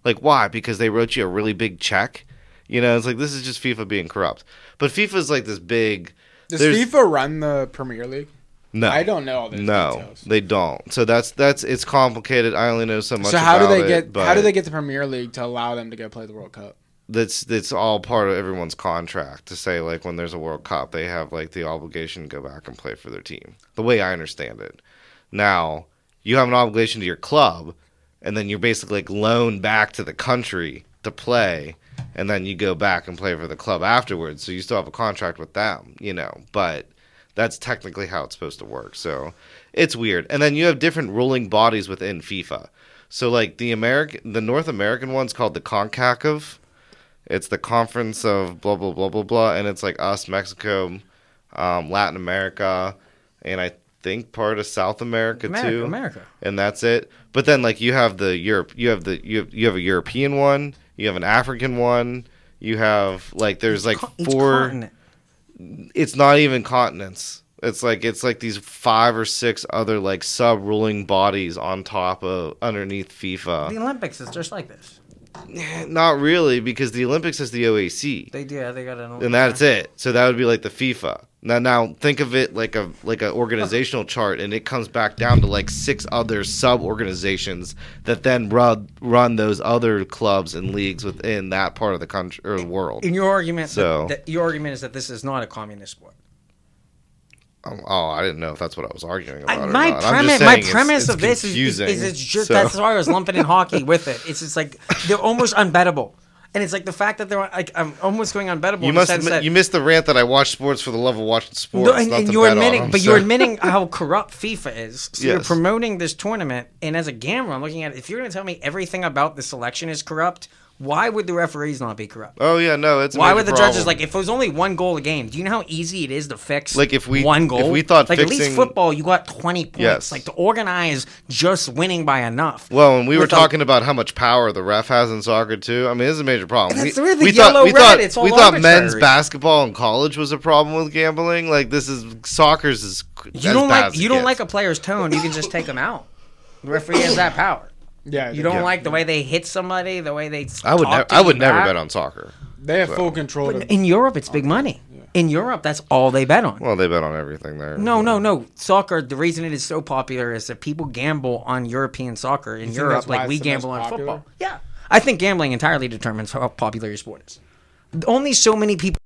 Like why? Because they wrote you a really big check. You know, it's like this is just FIFA being corrupt. But FIFA's like this big Does there's- FIFA run the Premier League? no, I don't know all those no, details. they don't. So that's that's it's complicated. I only know so much. so how do about they it, get but how do they get the Premier League to allow them to go play the World Cup? That's that's all part of everyone's contract to say like when there's a World Cup, they have like the obligation to go back and play for their team. The way I understand it, now you have an obligation to your club, and then you're basically like loaned back to the country to play, and then you go back and play for the club afterwards. So you still have a contract with them, you know, but. That's technically how it's supposed to work. So it's weird. And then you have different ruling bodies within FIFA. So like the American the North American one's called the CONCACAF. It's the conference of blah blah blah blah blah and it's like us, Mexico, um, Latin America, and I think part of South America, America, too America. and that's it. But then like you have the Europe, you have the you have, you have a European one, you have an African one, you have like there's like Co- each four. continent. It's not even continents. It's like it's like these five or six other like sub ruling bodies on top of underneath The FIFA. Olympics is just like this. Not really because the Olympics is the OAC. They do. yeah, They got an. and that's it. So that would be like the FIFA. Now, now think of it like a like an organizational chart, and it comes back down to like six other sub organizations that then run run those other clubs and leagues within that part of the country or world. In your argument, So- so that, your argument is that this is not a communist sport. Um, oh, I didn't know if that's what I was arguing I, about. or my not. I'm premise, just my saying it's- premise it's of this is, is, confusing, is it's just so- that's why I was lumping in hockey with it. It's just like they're almost unbettable, and it's like the fact that they're like I'm almost going unbettable. You in the must sense admit, that, you missed the rant that I watched sports for the love of watching sports. No, and, not and to you're bet on admitting, them, but so- you're admitting how corrupt FIFA is. So you're Yes. promoting this tournament, and as a gambler, I'm looking at it, if you're going to tell me everything about the selection is corrupt, why would the referees not be corrupt? Oh yeah, no, it's a why major would the judges problem. like if it was only one goal a game? Do you know how easy it is to fix Like, if we- one if goal? we thought like at fixing- least football, you got twenty points. Yes. Like to organize just winning by enough. Well, and we were With a- talking about how much power the ref has in soccer too. I mean, this is a major problem. That's we, where the we yellow we red, thought, it's all we thought men's arbitrary. basketball in college was a problem with gambling. Like this is soccer's is you don't like you don't like a player's tone. You can just take them out. The referee has that power. Yeah, You don't Yeah. like the way they hit somebody, the way they. I would talk never to I you would never back. bet on soccer. they have full control. To, In Europe, it's big money. In Europe, that's all they bet on. Well, they bet on everything there. no, no, no. Soccer. The reason it is so popular is that people gamble on European soccer in that's Europe, why like we it's the most gamble on popular? football. Yeah, I think gambling entirely determines how popular your sport is. Only so many people.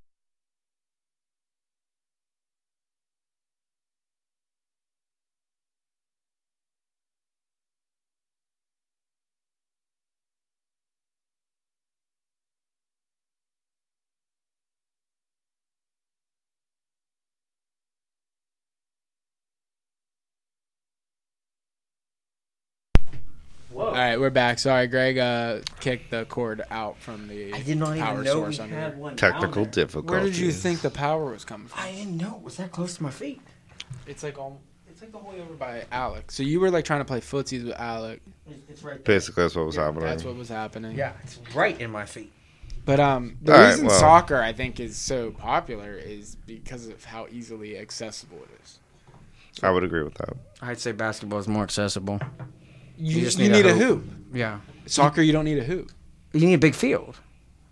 all right, we're back. Sorry, Greg uh, kicked the cord out from the I did not power even know we source under. had there. one. Technical down there. difficulties. Where did you think the power was coming from? I didn't know it was that close to my feet. It's like all, it's like all the way over by Alec. So you were like trying to play footsies with Alec. It's- It's right. There. Basically, that's what was happening. That's what was happening. Yeah, it's right in my feet. But um, the All right, reason well- soccer I think is so popular is because of how easily accessible it is. I would agree with that. I'd say basketball is more accessible. You, just you need need a a hoop. hoop. Yeah. Soccer, you don't need a hoop. You need a big field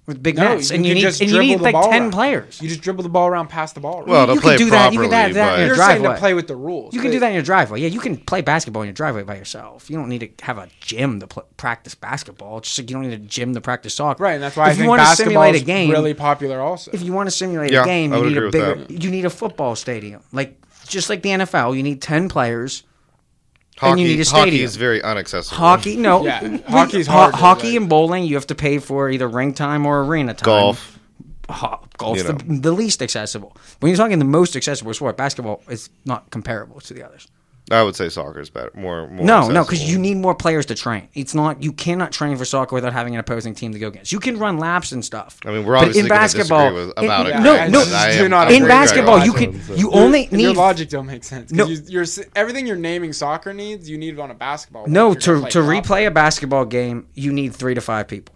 with big No, nets, you and you can need just and you dribble need the like ball ten around. players. You just dribble the ball around, pass the ball. around. Well, to you play can do that. You properly, can do that in You're your but saying to driveway. play with the rules. You can but do that in your driveway. Yeah, you can play basketball in your driveway by yourself. You don't need to have a gym to pl- practice basketball. It's just like you don't need a gym to practice soccer. Right, and that's why I if you think want to basketball simulate a is game, really popular. Also, if you want to simulate Yeah, a game, I you would need a agree with bigger. You need a football stadium, like just like the NFL. You need ten players. Hockey, And you need a hockey stadium. is very unaccessible. Hockey, no, Yeah, We- hockey's ho- harder, hockey like- and bowling, you have to pay for either ring time or arena time. golf. ho- golf's You know. the, the least accessible. When you're talking the most accessible sport, basketball is not comparable to the others. I would say soccer's better. More, more No, no, because accessible. you need more players to train. It's not you cannot train for soccer without having an opposing team to go against. You can run laps and stuff. I mean, we're obviously but in gonna basketball, disagree with- in- about it, no, guys. no, I in do not agree with basketball that. you can So- you only Your- your need logic don't make sense. 'cause No. you, you're s- everything you're naming soccer needs, you need it on a basketball. no If you're to gonna to play proper. replay a basketball game. You need three to five people.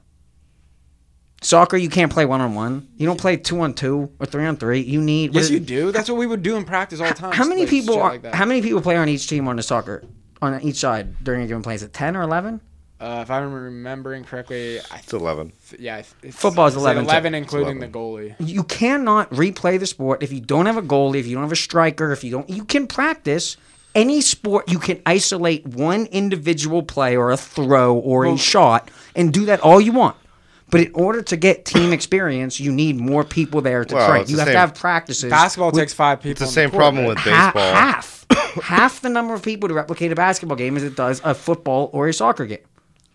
Soccer, you can't play one on one. You don't play two on two or three on three. You need what Yes, is- you do. That's what we would do in practice all the time. How just many like people shit are, like that. how many people play on each team on a soccer on each side during a given play? Is it ten or eleven? Uh, if I'm remembering correctly, I It's eleven. th- yeah, I th- it's, Football's it's 11, too. Eleven, including 11. the goalie. You cannot replay the sport if you don't have a goalie, if you don't have a striker, if you don't. You can practice any sport. You can isolate one individual play or a throw or a shot and do that all you want. But in order to get team experience, you need more people there to Well, train. it's You the have same- to have practices. Basketball takes five people. It's the on same court, problem right? with Ha- baseball. half half the number of people to replicate a basketball game as it does a football or a soccer game.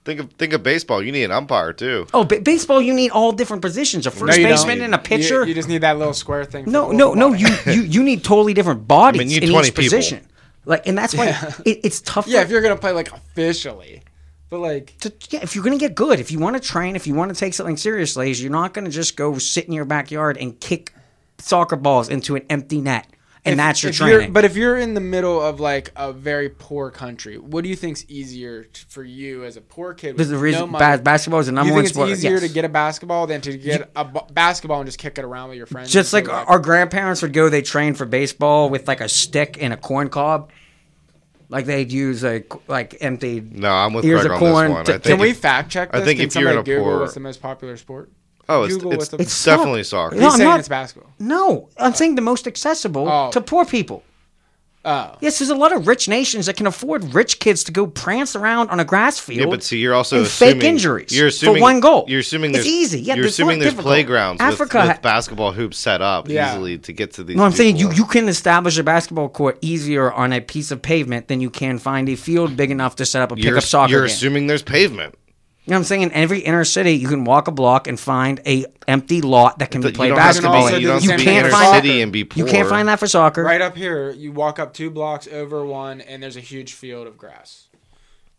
Think of think of baseball. You need an umpire too. Oh, but baseball, you need all different positions: a first you don't. baseman and a You- pitcher. You, just need that little square thing. for no, the no, no. football. You, you you need totally different bodies I mean, you need in 20 each people. position. Like, and that's why it, it's tough. Yeah, for- if you're gonna play like officially, but like to, yeah, if you're gonna get good, if you want to train, if you want to take something seriously, is you're not gonna just go sit in your backyard and kick soccer balls into an empty net, and if- that's your if you're- training. But if you're in the middle of like a very poor country, what do you think's easier t- for you as a poor kid? with There's the no reason money? bas- basketball is the number you one think it's sport. easier yes. to get a basketball than to get a b- basketball and just kick it around with your friends? just and like be our our grandparents would go, they trained for baseball with like a stick and a corn cob. Like they'd use a like emptied No, I'm with Ears Greg of on corn. this one. I Can think Can we if- fact check? I This? think Can if you're in somebody a Google poor- what's the most popular sport? Oh, it's, Google it's, what's the- it's It's definitely soc- soccer. No, He's I'm saying not- it's basketball. No, I'm saying the most accessible Oh. to poor people. Oh, Yes, there's a lot of rich nations that can afford rich kids to go prance around on a grass field. Yeah, but see, you're also and assuming, fake injuries. You're assuming for one goal. You're assuming it's there's, easy. Yeah, you're there's assuming not there's difficult. playgrounds Africa. with, ha- with basketball hoops set up Yeah. easily to get to these. no, I'm saying you, people. you can establish a basketball court easier on a piece of pavement than you can find a field big enough to set up a You're, pickup soccer you're game. assuming there's pavement. you know what I'm saying? In every inner city, you can walk a block and find a empty lot that can be That played you don't have to be- basketball. You in. don't have to be can't inner find city and be You can't poor. find that for soccer. right up here, you walk up two blocks over one, and there's a huge field of grass.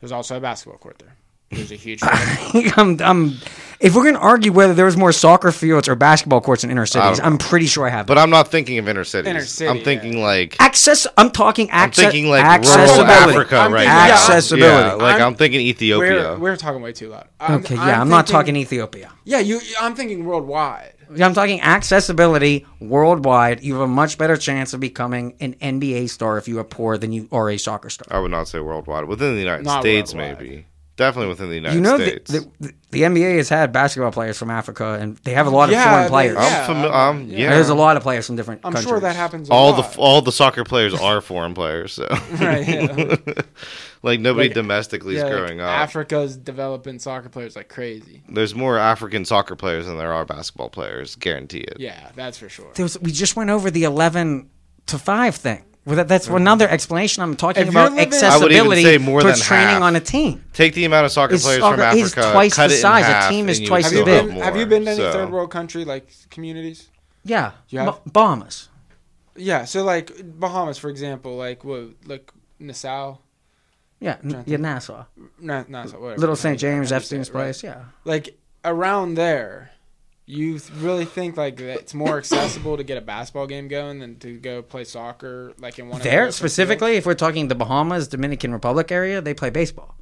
There's also a basketball court there. There's a huge. Field. I'm, I'm, if we're going to argue whether there was more soccer fields or basketball courts in inner cities, know. I'm pretty sure I have. But I'm not thinking of inner cities. Inner city, I'm thinking like access, I'm talking access. thinking like rural accessibility. Africa I'm right thinking- now. yeah, Accessibility. Yeah, like I'm, I'm- thinking Ethiopia. We're, we're talking way too loud. Okay, yeah, I'm, not thinking- talking Ethiopia. Yeah, you. I'm thinking worldwide. I'm talking accessibility worldwide. You have a much better chance of becoming an NBA star if you are poor than you are a soccer star. I would not say worldwide. Within the United Not States, worldwide. maybe. Definitely within the United you know, the, States. the, the, NBA has had basketball players from Africa, and they have a lot of Yeah, foreign they- players. I'm yeah, familiar. I'm- Um, yeah. yeah, There's a lot of players from different I'm countries. sure that happens. A all lot. the all the soccer players are foreign players. So Right, yeah. like nobody domestically Yeah, is like, growing up. Africa's developing soccer players like crazy. There's more African soccer players than there are basketball players. Guarantee it. Yeah, that's for sure. There was, we just went over the 11 to 5 thing. Well, that, that's another explanation I'm talking If you're about living- I would even accessibility say more towards than training half. on a team. Take the amount of soccer It's players from soccer is Africa. twice cut the it in size. A half, team is and you twice would Have as still you big. have been? more. Have you been to any So, third world country like communities? Yeah. You have- Ba- Bahamas. Yeah, so like Bahamas, for example, like what, like Nassau, Yeah. N- yeah, Nassau. no, Nassau, whatever. Little St. James, Right. Epstein's place. Yeah. Like around there, you th- really think like that it's more accessible to get a basketball game going than to go play soccer, like in one of the There, open specifically, if we're talking the Bahamas, Dominican Republic area, they play baseball.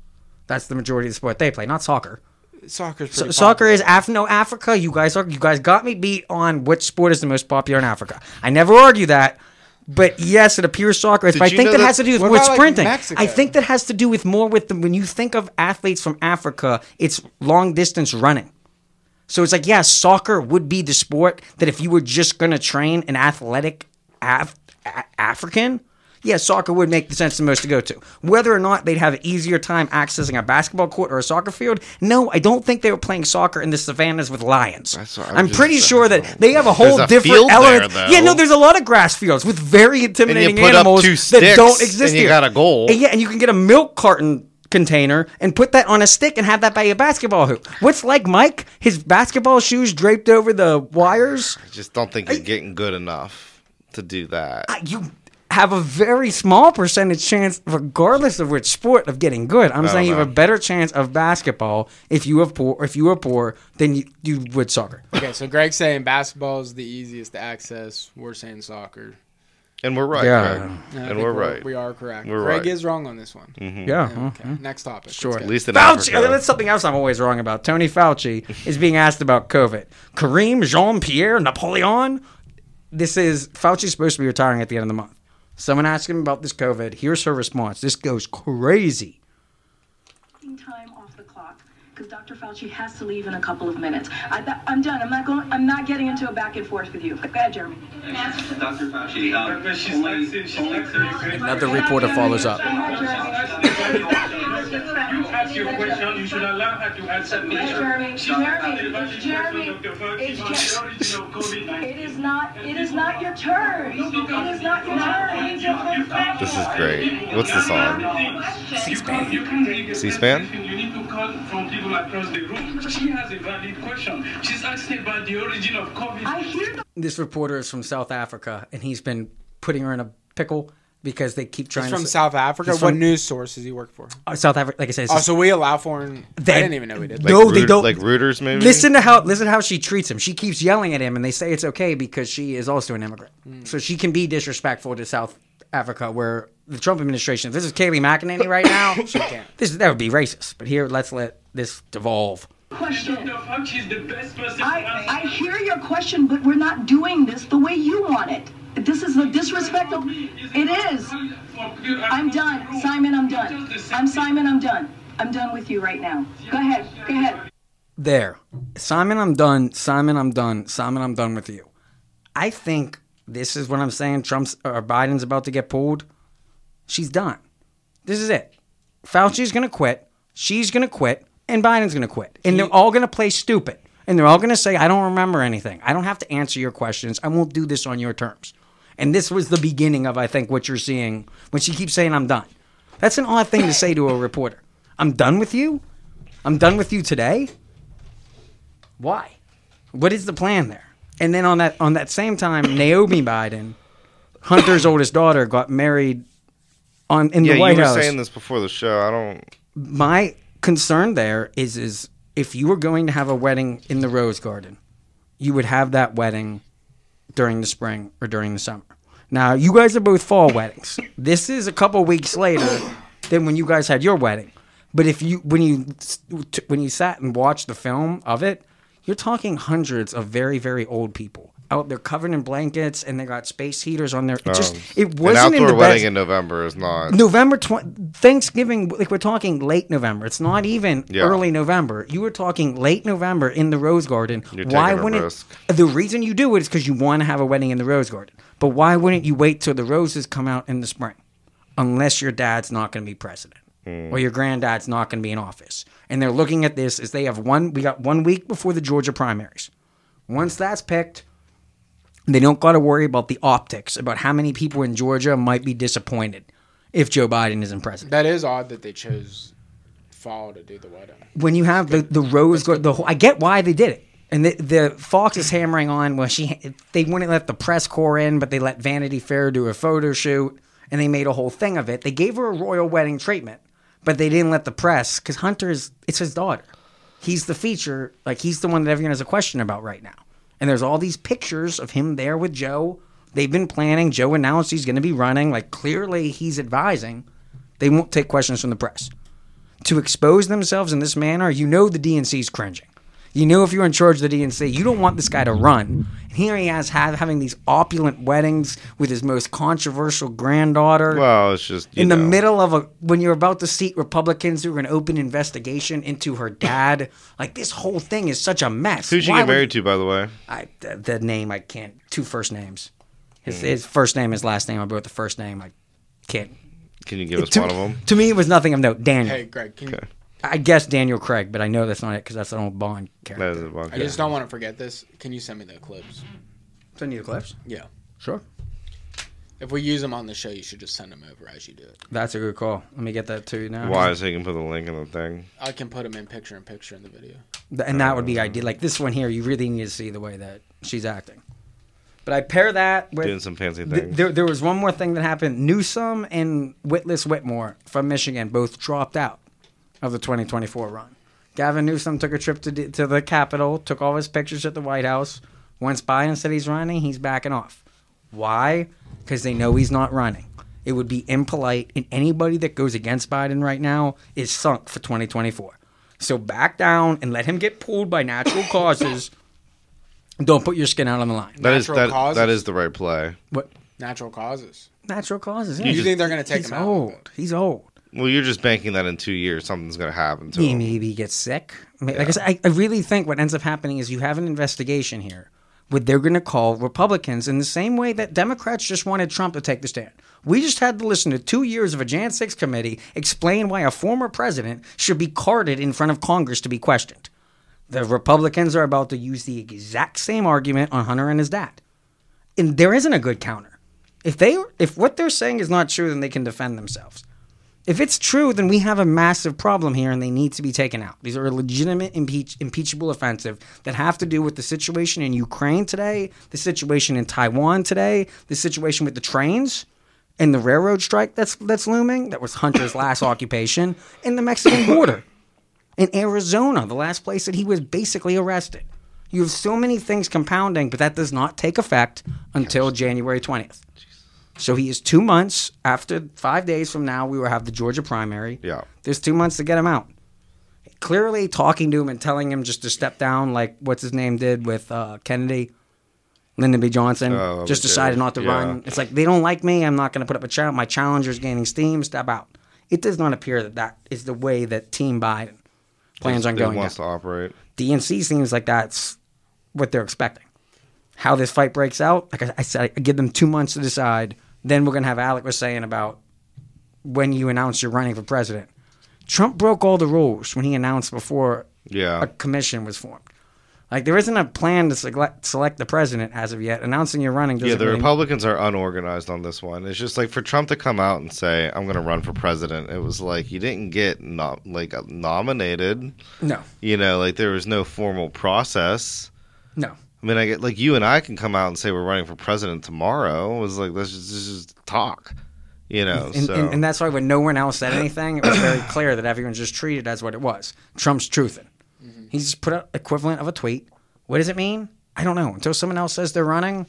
That's the majority of the sport they play, not soccer. fields? Soccer's So, pretty soccer popular. is Af- no Africa. You guys are you guys got me beat on which sport is the most popular in Africa. I never argue that, but yes, it appears soccer is. Did But I you think know that, that- has to do with, What with about, like, sprinting. Mexico? I think that has to do with more with the, when you think of athletes from Africa, it's long distance running. So it's like yeah, soccer would be the sport that if you were just going to train an athletic af- a- African. Yeah, soccer would make the sense the most to go to. Whether or not they'd have an easier time accessing a basketball court or a soccer field, no, I don't think they were playing soccer in the savannas with lions. That's what I was I'm just pretty saying. sure that they have a whole a different field there, element. though. yeah, no, there's a lot of grass fields with very intimidating put up animals two that sticks, don't exist and you here. got a goal. And yeah, and you can get a milk carton container and put that on a stick and have that by a basketball hoop. What's like Mike? His basketball shoes draped over the wires. I just don't think you're getting good enough to do that. I- You, have a very small percentage chance, regardless of which sport, of getting good. I'm don't saying you have a know. better chance of basketball if you have poor if you were poor than you, you would soccer. Okay, so Greg's saying basketball is the easiest to access. We're saying soccer. And we're right. Yeah. Greg. I And think we're we're- right. We are correct. We're Greg right. Mm-hmm. is wrong on this one. Yeah. Yeah, huh? Okay. Next topic. Mm-hmm. Sure. Let's At go. least in Fauci. uh, Africa. That's something else I'm always wrong about. Tony Fauci is being asked about COVID. Kareem Jean Pierre Napoleon. This is Fauci's supposed to be retiring at the end of the month. Someone asked him about this COVID. Here's her response. This goes crazy. taking time off the clock because Dr. Fauci has to leave in a couple of minutes. I, I'm done. I'm not going. I'm not getting into a back and forth with you. Go ahead, Jeremy. Dr. Fauci, um, only, only 30 seconds. Another reporter follows up. Jeremy, Jeremy, Jeremy, It Jeremy. is not. It is not your turn. It is not your turn. This is great. What's the song? C-SPAN. C-SPAN? You need to call from people across the room. She has a valid question. She's asking about the origin of COVID. I hear the This reporter is from South Africa, and he's been putting her in a pickle because they keep trying He's to from s- South Africa. He's What from- news source does he work for? uh, South Africa. Like I said, it's Oh, just- so we allow foreign. They- I didn't even know we did. Like- No, they Reut- don't- Like Reuters, maybe? Listen to how listen to how she treats him. She keeps yelling at him, and they say it's okay because she is also an immigrant, so she can be disrespectful to South Africa, where the Trump administration. If this is Kaylee McEnany right now, she can't. This that would be racist. But here, let's let this devolve. question. Dr. Fauci is the best person to I, answer. I hear your question, but we're not doing this the way you want it. This is a disrespect of. It is. I'm done. Simon, I'm done. I'm Simon, I'm done. I'm done with you right now. Go ahead. Go ahead. There, Simon, I'm done. Simon, I'm done. Simon, I'm done with you. I think this is what I'm saying. Trump's or Biden's about to get pulled. She's done. This is it. Fauci's going to quit. She's going to quit. And Biden's going to quit. And they're all going to play stupid. And they're all going to say, I don't remember anything. I don't have to answer your questions. I won't do this on your terms. And this was the beginning of, I think, what you're seeing when she keeps saying, I'm done. That's an odd thing to say to a reporter. I'm done with you. I'm done with you today. Why? What is the plan there? And then on that on that same time, Naomi Biden, Hunter's oldest daughter, got married on in yeah, the you White were House saying this before the show. I don't. my concern there is is if you were going to have a wedding in the rose garden you would have that wedding during the spring or during the summer now you guys are both fall weddings this is a couple weeks later than when you guys had your wedding but if you when you when you sat and watched the film of it you're talking hundreds of very very old people out there covered in blankets and they got space heaters on their it just it wasn't Oh. an outdoor in the wedding best- in November is not. November tw- Thanksgiving, like we're talking late November. It's not even Yeah. early November. You were talking late November in the Rose Garden. You're why taking a wouldn't risk. the reason you do it is because you want to have a wedding in the Rose Garden? But why wouldn't you wait till the roses come out in the spring? Unless your dad's not going to be president Hmm. or your granddad's not going to be in office, and they're looking at this as they have one. We got one week before the Georgia primaries. Once that's picked, they don't got to worry about the optics about how many people in Georgia might be disappointed if Joe Biden isn't president. That is odd that they chose fall to do the uh, wedding. When you have the the rose go the whole, I get why they did it. And the, the Fox is hammering on. Well, she they wouldn't let the press corps in, but they let Vanity Fair do a photo shoot, and they made a whole thing of it. They gave her a royal wedding treatment, but they didn't let the press because Hunter's it's his daughter. He's the feature, like he's the one that everyone has a question about right now. And there's all these pictures of him there with Joe. They've been planning. Joe announced he's going to be running. Like clearly he's advising. They won't take questions from the press to expose themselves in this manner, you know the DNC's cringing. You know if you're in charge of the DNC, you don't want this guy to run. And here he is have, having these opulent weddings with his most controversial granddaughter Well, it's just you in the know. middle of a when you're about to seat Republicans who are going to open investigation into her dad. like this whole thing is such a mess. Who'd you Why get would- married to, by the way? I, the, the name I can't. Two first names. His, Hmm. his first name, his last name. I wrote the first name. I can't. Can you give us to, one of them? to me, it was nothing of note. Daniel. Hey, Greg, can you, I guess Daniel Craig, but I know that's not it because that's an old Bond character. That is a I bunch. just don't want to forget this. Can you send me the clips? Send you the clips. Yeah. Sure. If we use them on the show, you should just send them over as you do it. That's a good call. Let me get that to you now. Why so you can put the link in the thing? I can put them in picture in picture in the video. Th- And that would be ideal. Like this one here, you really need to see the way that she's acting. But I pair that with Doing some fancy Th- things. there, there was one more thing that happened. Newsom and Whitless Whitmore from Michigan both dropped out of the 2024 run. Gavin Newsom took a trip to, d- to the Capitol, took all his pictures at the White House, once Biden said he's running, he's backing off. Why? Because they know he's not running. It would be impolite, and anybody that goes against Biden right now is sunk for 2024. So back down and let him get pulled by natural causes. Don't put your skin out on the line. That is Natural that, causes. that is the right play. What? Natural causes. natural causes. You, yeah. think they're gonna take he's him out? old. He's old. Well, you're just banking that in two years something's gonna happen Oh. to He him. maybe gets sick. Ma- Like I said, I, I really think what ends up happening is you have an investigation here where they're going to call Republicans in the same way that Democrats just wanted Trump to take the stand. We just had to listen to two years of a Jan 6 committee explain why a former president should be carted in front of Congress to be questioned. The Republicans are about to use the exact same argument on Hunter and his dad. And there isn't a good counter. If they if what they're saying is not true, then they can defend themselves. If it's true, then we have a massive problem here and they need to be taken out. These are a legitimate impeach- impeachable offensive that have to do with the situation in Ukraine today, the situation in Taiwan today, the situation with the trains and the railroad strike that's that's looming, that was Hunter's last occupation, and the Mexican border in Arizona, the last place that he was basically arrested. You have so many things compounding, but that does not take effect until January 20th. So he is two months after five days from now, we will have the Georgia primary. Yeah. There's two months to get him out. Clearly, talking to him and telling him just to step down, like what's his name did with uh, Kennedy, Lyndon B. Johnson, Oh, just okay. decided not to Yeah. run. It's like they don't like me. I'm not going to put up a challenge. My challenger's gaining steam. Step out. It does not appear that that is the way that Team Biden plans on It going. wants down. to operate. DNC seems like that's what they're expecting. How this fight breaks out, like I, I said, I give them two months to decide. Then we're gonna have Alec was saying about when you announce you're running for president. Trump broke all the rules when he announced before Yeah. a commission was formed. Like there isn't a plan to select, select the president as of yet. Announcing you're running doesn't Yeah, the really- Republicans are unorganized on this one. It's just like for Trump to come out and say, "I'm going to run for president." It was like you didn't get nom- like uh, nominated. no, You know, like there was no formal process. no. I mean, I get like you and I can come out and say we're running for president tomorrow. It was like let's just, let's just talk. You know, And, so and, and that's why when no one else said anything, it was very clear that everyone just treated it as what it was. Trump's truthing. Mm-hmm. He just put out equivalent of a tweet. What does it mean? I don't know. Until someone else says they're running,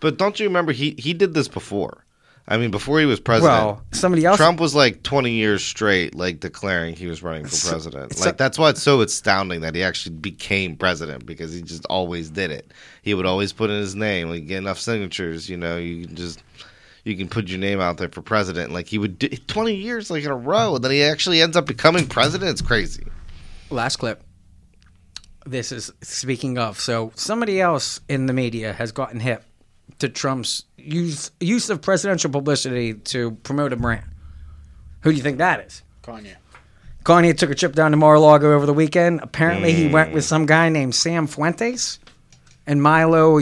but don't you remember he he did this before? I mean, before he was president. well, somebody else. Trump was like 20 years straight, like declaring he was running for president. so- like that's why it's so astounding that he actually became president because he just always did it. He would always put in his name. Like get enough signatures, you know, you can just you can put your name out there for president. Like he would do 20 years like in a row, and then he actually ends up becoming president. It's crazy. Last clip. This is speaking of. So somebody else in the media has gotten hip to Trump's use use of presidential publicity to promote a brand. Who do you think that is? Kanye. Kanye took a trip down to Mar-a-Lago over the weekend. Apparently, he went with some guy named Sam Fuentes and Milo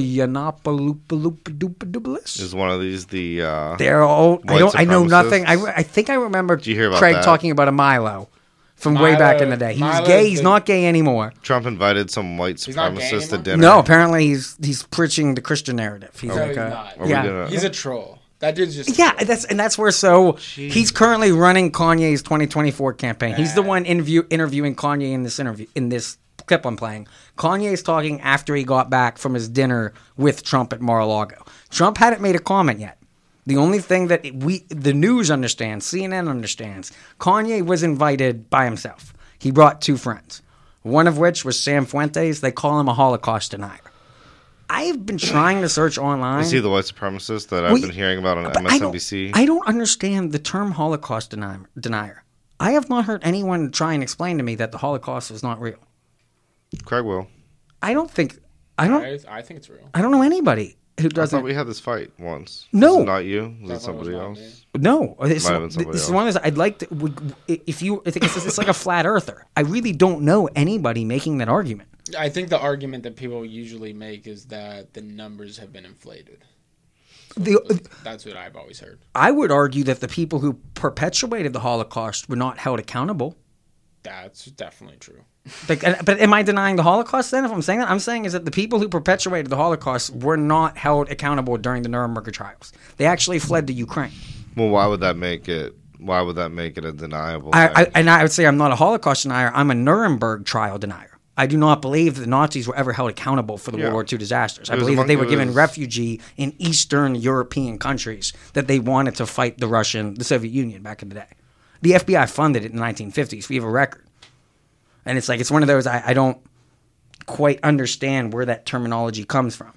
Yiannopoulos. Is one of these the uh They're all. I, White don't, I know supremacists? nothing. I, I think I remember you hear about Craig that? talking about a Milo from way Milo- back in the day. He was Milo's gay. He's the- not gay anymore. Trump invited some white not gay supremacists to anymore? dinner? No, apparently he's he's preaching the Christian narrative. He's No, like he's a- not. Are we yeah. gonna- He's a troll. That dude's just. a Yeah, troll. that's and that's where. So he's currently running Kanye's 2024 campaign. He's the Bad. one interview interviewing Kanye in this interview in this clip I'm playing. Kanye's talking after he got back from his dinner with Trump at Mar-a-Lago. Trump hadn't made a comment yet. The only thing that we the news understands, CNN understands, Kanye was invited by himself. He brought two friends, one of which was Sam Fuentes. They call him a Holocaust denier. I've been trying to search online. Is he the white supremacist that I've Well, been hearing about on But I don't- MSNBC? I don't, understand the term Holocaust denier, denier. I have not heard anyone try and explain to me that the Holocaust was not real. Craig will. I don't think I don't I, I think it's real. I don't know anybody I who thought doesn't we had this fight once. No. Was it not you. Was it somebody not else? me. no. This, Might have been somebody this is else. one of those I'd like to would- if you I think it's, it's like a flat earther. I really don't know anybody making that argument. I think the argument that people usually make is that the numbers have been inflated. The, That's what I've always heard. I would argue that the people who perpetuated the Holocaust were not held accountable. That's definitely true. Like, and- but am I denying the Holocaust then? If I'm saying that, I'm saying is that the people who perpetuated the Holocaust were not held accountable during the Nuremberg trials. They actually fled to Ukraine. Well, why would that make it? Why would that make it a deniable? I, I, fact? and I would say I'm not a Holocaust denier. I'm a Nuremberg trial denier. I do not believe the Nazis were ever held accountable for the Yeah. World War II disasters. I It was believe among- that they it were given was- refugee in Eastern European countries that they wanted to fight the Russian, the Soviet Union back in the day. The FBI funded it in the 1950s. We have a record. And it's like, it's one of those, I, I don't quite understand where that terminology comes from.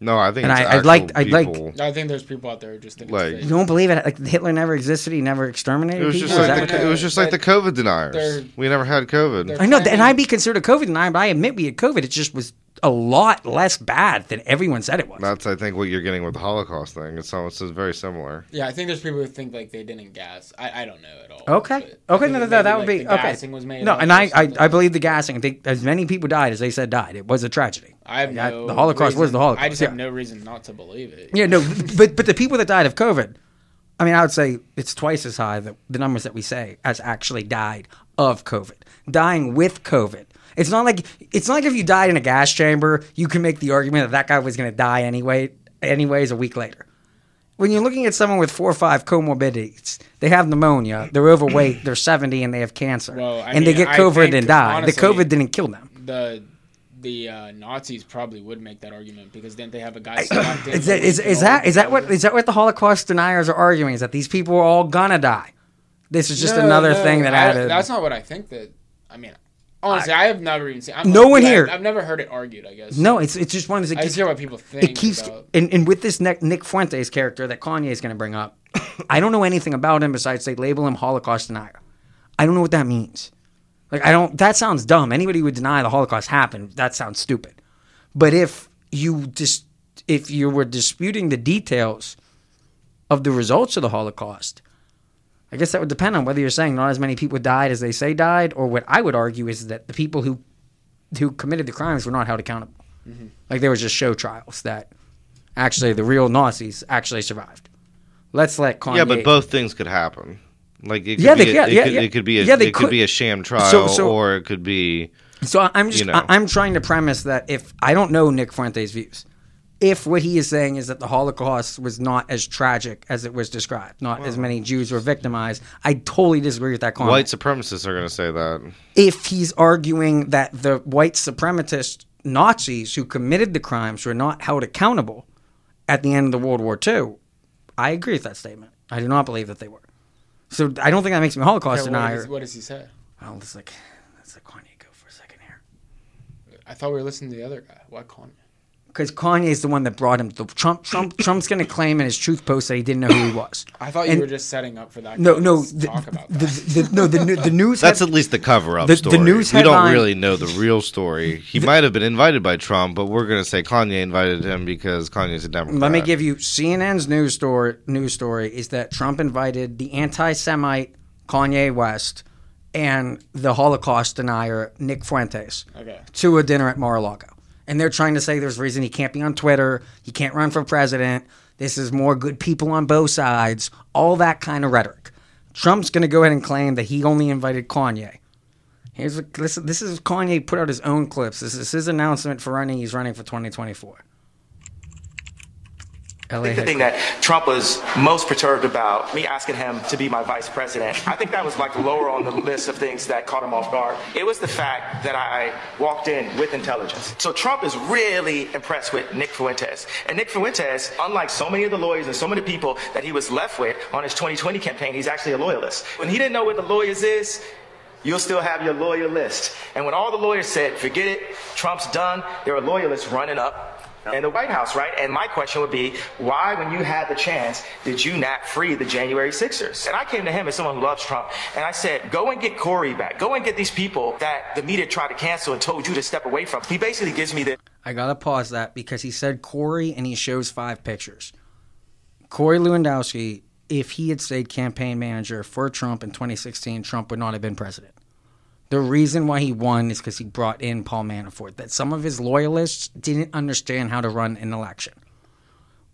no, I think. and it's I- I'd actual like- I'd like- people. I think there's people out there who just think Like- it's You fake. don't believe it? Like Hitler never existed. He never exterminated It was people. just Is that like what- the, it was just like the COVID deniers. They're- We never had COVID. they're- I know, Right. and I'd be considered a COVID denier, but I admit we had COVID. It just was a lot less bad than everyone said it was. That's I think what you're getting with the Holocaust thing. It's almost it's very similar. Yeah, I think there's people who think like they didn't gas. I, I don't know at all. but okay. I Okay. think No, maybe, no, no, that like, would be the okay. gassing was made no, up and or I, I, something. I believe the gassing. I think as many people died as they said died. It was a tragedy. I have Like, I- no the Holocaust was reason- the Holocaust. I just yeah. have no reason not to believe it. Yeah, no, but but the people that died of COVID, I mean, I would say it's twice as high that the numbers that we say as actually died of COVID, dying with COVID. It's not like it's not like if you died in a gas chamber, you can make the argument that that guy was going to die anyway, anyways, a week later. When you're looking at someone with four or five comorbidities, they have pneumonia, they're overweight, they're 70, and they have cancer, Well, I and they mean, get I COVID think, and die. the honestly- COVID didn't kill them. The the uh, Nazis probably would make that argument because didn't they have a guy strapped in Is that, for is, weeks is and all that is that what is that what the Holocaust deniers are arguing? Is that these people are all gonna die? This is just No, another no, thing that I- added. That's not what I think. That I mean, honestly, I, have never even seen. I'm No like, one yeah, here- I've never heard it argued. I guess no, it's it's just one of those. It I just keeps, hear what people think. it keeps about- and, and with this Nick, Nick Fuentes character that Kanye is gonna bring up. I don't know anything about him besides they label him Holocaust denier. I don't know what that means. Like I don't. That sounds dumb. Anybody who would deny the Holocaust happened. That sounds stupid. But if you just if you were disputing the details of the results of the Holocaust, I guess that would depend on whether you're saying not as many people died as they say died, or what I would argue is that the people who who committed the crimes were not held accountable. Mm-hmm. Like there was just show trials that actually the real Nazis actually survived. Let's let Kanye. Yeah, but both things could happen. Like it could Yeah, be they- a, yeah, it, yeah, could, yeah. it could be a Yeah, it they could, could. be a sham trial so- or it could be So I- I'm just You know. I- I'm trying to premise that if I don't know Nick Fuente's views, if what he is saying is that the Holocaust was not as tragic as it was described, not as many Jews were victimized, I totally disagree with that comment. white supremacists are going to say that. if he's arguing that the white suprematist Nazis who committed the crimes were not held accountable at the end of the World War II, I agree with that statement. I do not believe that they were. So I don't think that makes me a Holocaust Yeah, what, denier. is, what does he say? I'll just like, let's let Kanye go for a second here. I thought we were listening to the other guy. Why Kanye? Because Kanye is the one that brought him to Trump. Trump Trump's going to claim in his truth post that he didn't know who he was. I thought you And- were just setting up for that. No, guy to no, s- the, talk about the, that. the, no, the, new- the news. That's head- at least the cover up The- the story. news we don't headline- really know the real story. He might have been invited by Trump, but we're going to say Kanye invited him because Kanye's a Democrat. Let me give you CNN's news story. News story is that Trump invited the anti-Semite Kanye West and the Holocaust denier Nick Fuentes Okay. to a dinner at Mar-a-Lago, and they're trying to say there's a reason he can't be on Twitter, he can't run for president. This is more good people on both sides, all that kind of rhetoric. Trump's going to go ahead and claim that he only invited Kanye. Here's what, listen, this is Kanye put out his own clips. This is his announcement for running. He's running for 2024. LA I think the thing that Trump was most perturbed about, me asking him to be my vice president, I think that was like lower on the list of things that caught him off guard. It was the fact that I walked in with intelligence. So Trump is really impressed with Nick Fuentes. And Nick Fuentes, unlike so many of the lawyers and so many people that he was left with on his 2020 campaign, he's actually a loyalist. When he didn't know what the lawyers is, You'll still have your lawyer list. And when all the lawyers said, forget it, Trump's done, there are loyalists running up in the White House, right? And my question would be, why, when you had the chance, did you not free the January Sixers? And I came to him as someone who loves Trump, and I said, go and get Corey back. Go and get these people that the media tried to cancel and told you to step away from. He basically gives me the I gotta pause that because he said Corey and he shows five pictures. Corey Lewandowski, if he had stayed campaign manager for Trump in 2016, Trump would not have been president. The reason why he won is because he brought in Paul Manafort. That some of his loyalists didn't understand how to run an election.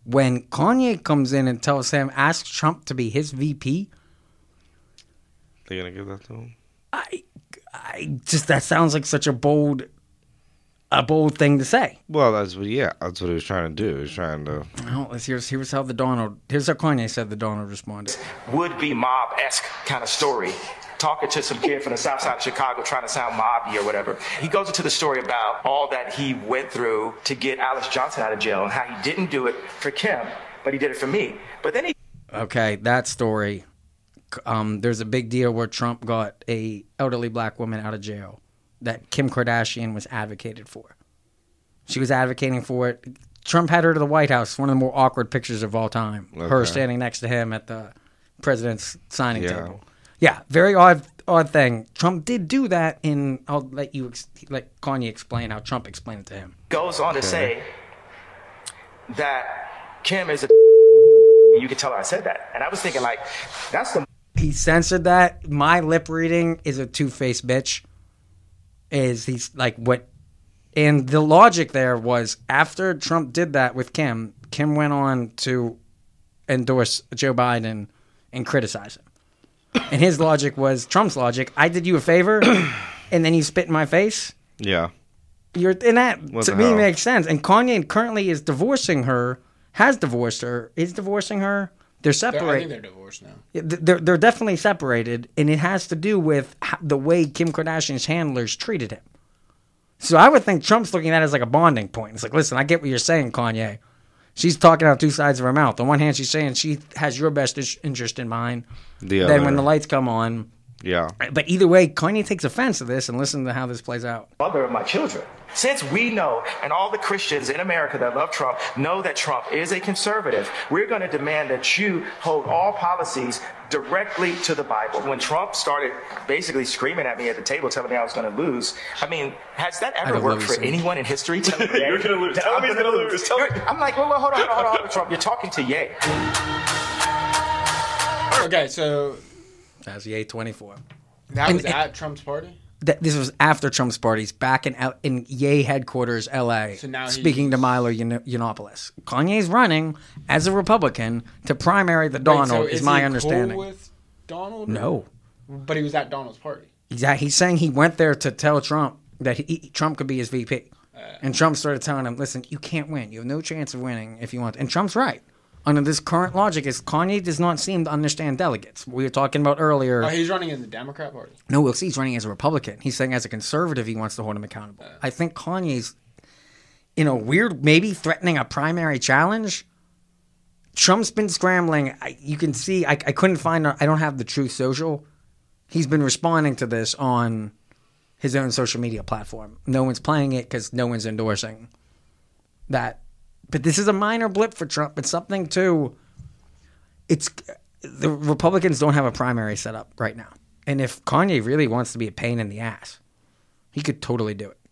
When Kanye comes in and tells him, ask Trump to be his VP, They're going to give that to him. I I just that sounds like such a bold, a bold thing to say. Well, that's what. Yeah, that's what he was trying to do. He was trying to. Well, let's- here's here's how the Donald here's how Kanye said the Donald responded. would be mob esque kind of story. Talking to some kid from the south side of Chicago trying to sound mobby or whatever. He goes into the story about all that he went through to get Alice Johnson out of jail and how he didn't do it for Kim, but he did it for me. But then he Okay, that story. c- Um, there's a big deal where Trump got a elderly black woman out of jail that Kim Kardashian was advocated for. She was advocating for it. Trump had her to the White House. One of the more awkward pictures of all time. Her Okay. standing next to him at the president's signing Yeah. table. Yeah, very odd, odd thing. Trump did do that. In I'll let you ex- let Kanye explain how Trump explained it to him. goes on to say that Kim is a. You can tell her I said that. And I was thinking, like, that's the he censored that. My lip reading is a two faced bitch. Is he's like what? And the logic there was after Trump did that with Kim, Kim went on to endorse Joe Biden and criticize him. And his logic was Trump's logic. I did you a favor, and then you spit in my face. Yeah. You're and that to the me hell? makes sense. And Kanye currently is divorcing her, has divorced her, is divorcing her. They're- They're separated I think they're divorced now. they're they're definitely separated, and it has to do with ho- the way Kim Kardashian's handlers treated him. So I would think Trump's looking at it as like a bonding point. It's like, listen, I get what you're saying, Kanye. She's talking out two sides of her mouth. On one hand, she's saying she has your best is- interest in mind. The then other- when the lights come on, Yeah. but either way, Kanye takes offense to this, and listen to how this plays out. mother of my children. Since we know, and all the Christians in America that love Trump know that Trump is a conservative, we're going to demand that you hold all policies directly to the Bible. When Trump started basically screaming at me at the table, telling me I was going to lose, I mean, has that ever don't worked lose. for anyone in history? Tell me You're gonna lose. Tell I'm me he's gonna gonna lose. Tell me- You're- I'm like, well, well, hold on, hold on, hold on, hold on, Trump. You're talking to Ye. Okay, so That's the A24. that And- was and- at Trump's party. Th- this was after Trump's parties back in L- in Yay headquarters, L.A. So now speaking to Milo Yian- Yiannopoulos, Kanye's running as a Republican to primary the Wait, Donald. so is, my he cool understanding? with Donald? or- no, but he was at Donald's party. exactly. He's saying he went there to tell Trump that he, Trump could be his VP, Uh. and Trump started telling him, "Listen, you can't win. You have no chance of winning if you want." And Trump's right. Under this current logic, is Kanye does not seem to understand delegates. We were talking about earlier. Oh, he's running in the Democrat party. No, we'll see. He's running as a Republican. He's saying as a conservative, he wants to hold him accountable. I think Kanye's, in a weird, maybe threatening a primary challenge. Trump's been scrambling. I, you can see, I, I couldn't find, I don't have the Truth Social. He's been responding to this on his own social media platform. No one's playing it because no one's endorsing that. But this is a minor blip for Trump. It's something to, it's the Republicans don't have a primary set up right now. And if Kanye really wants to be a pain in the ass, he could totally do it.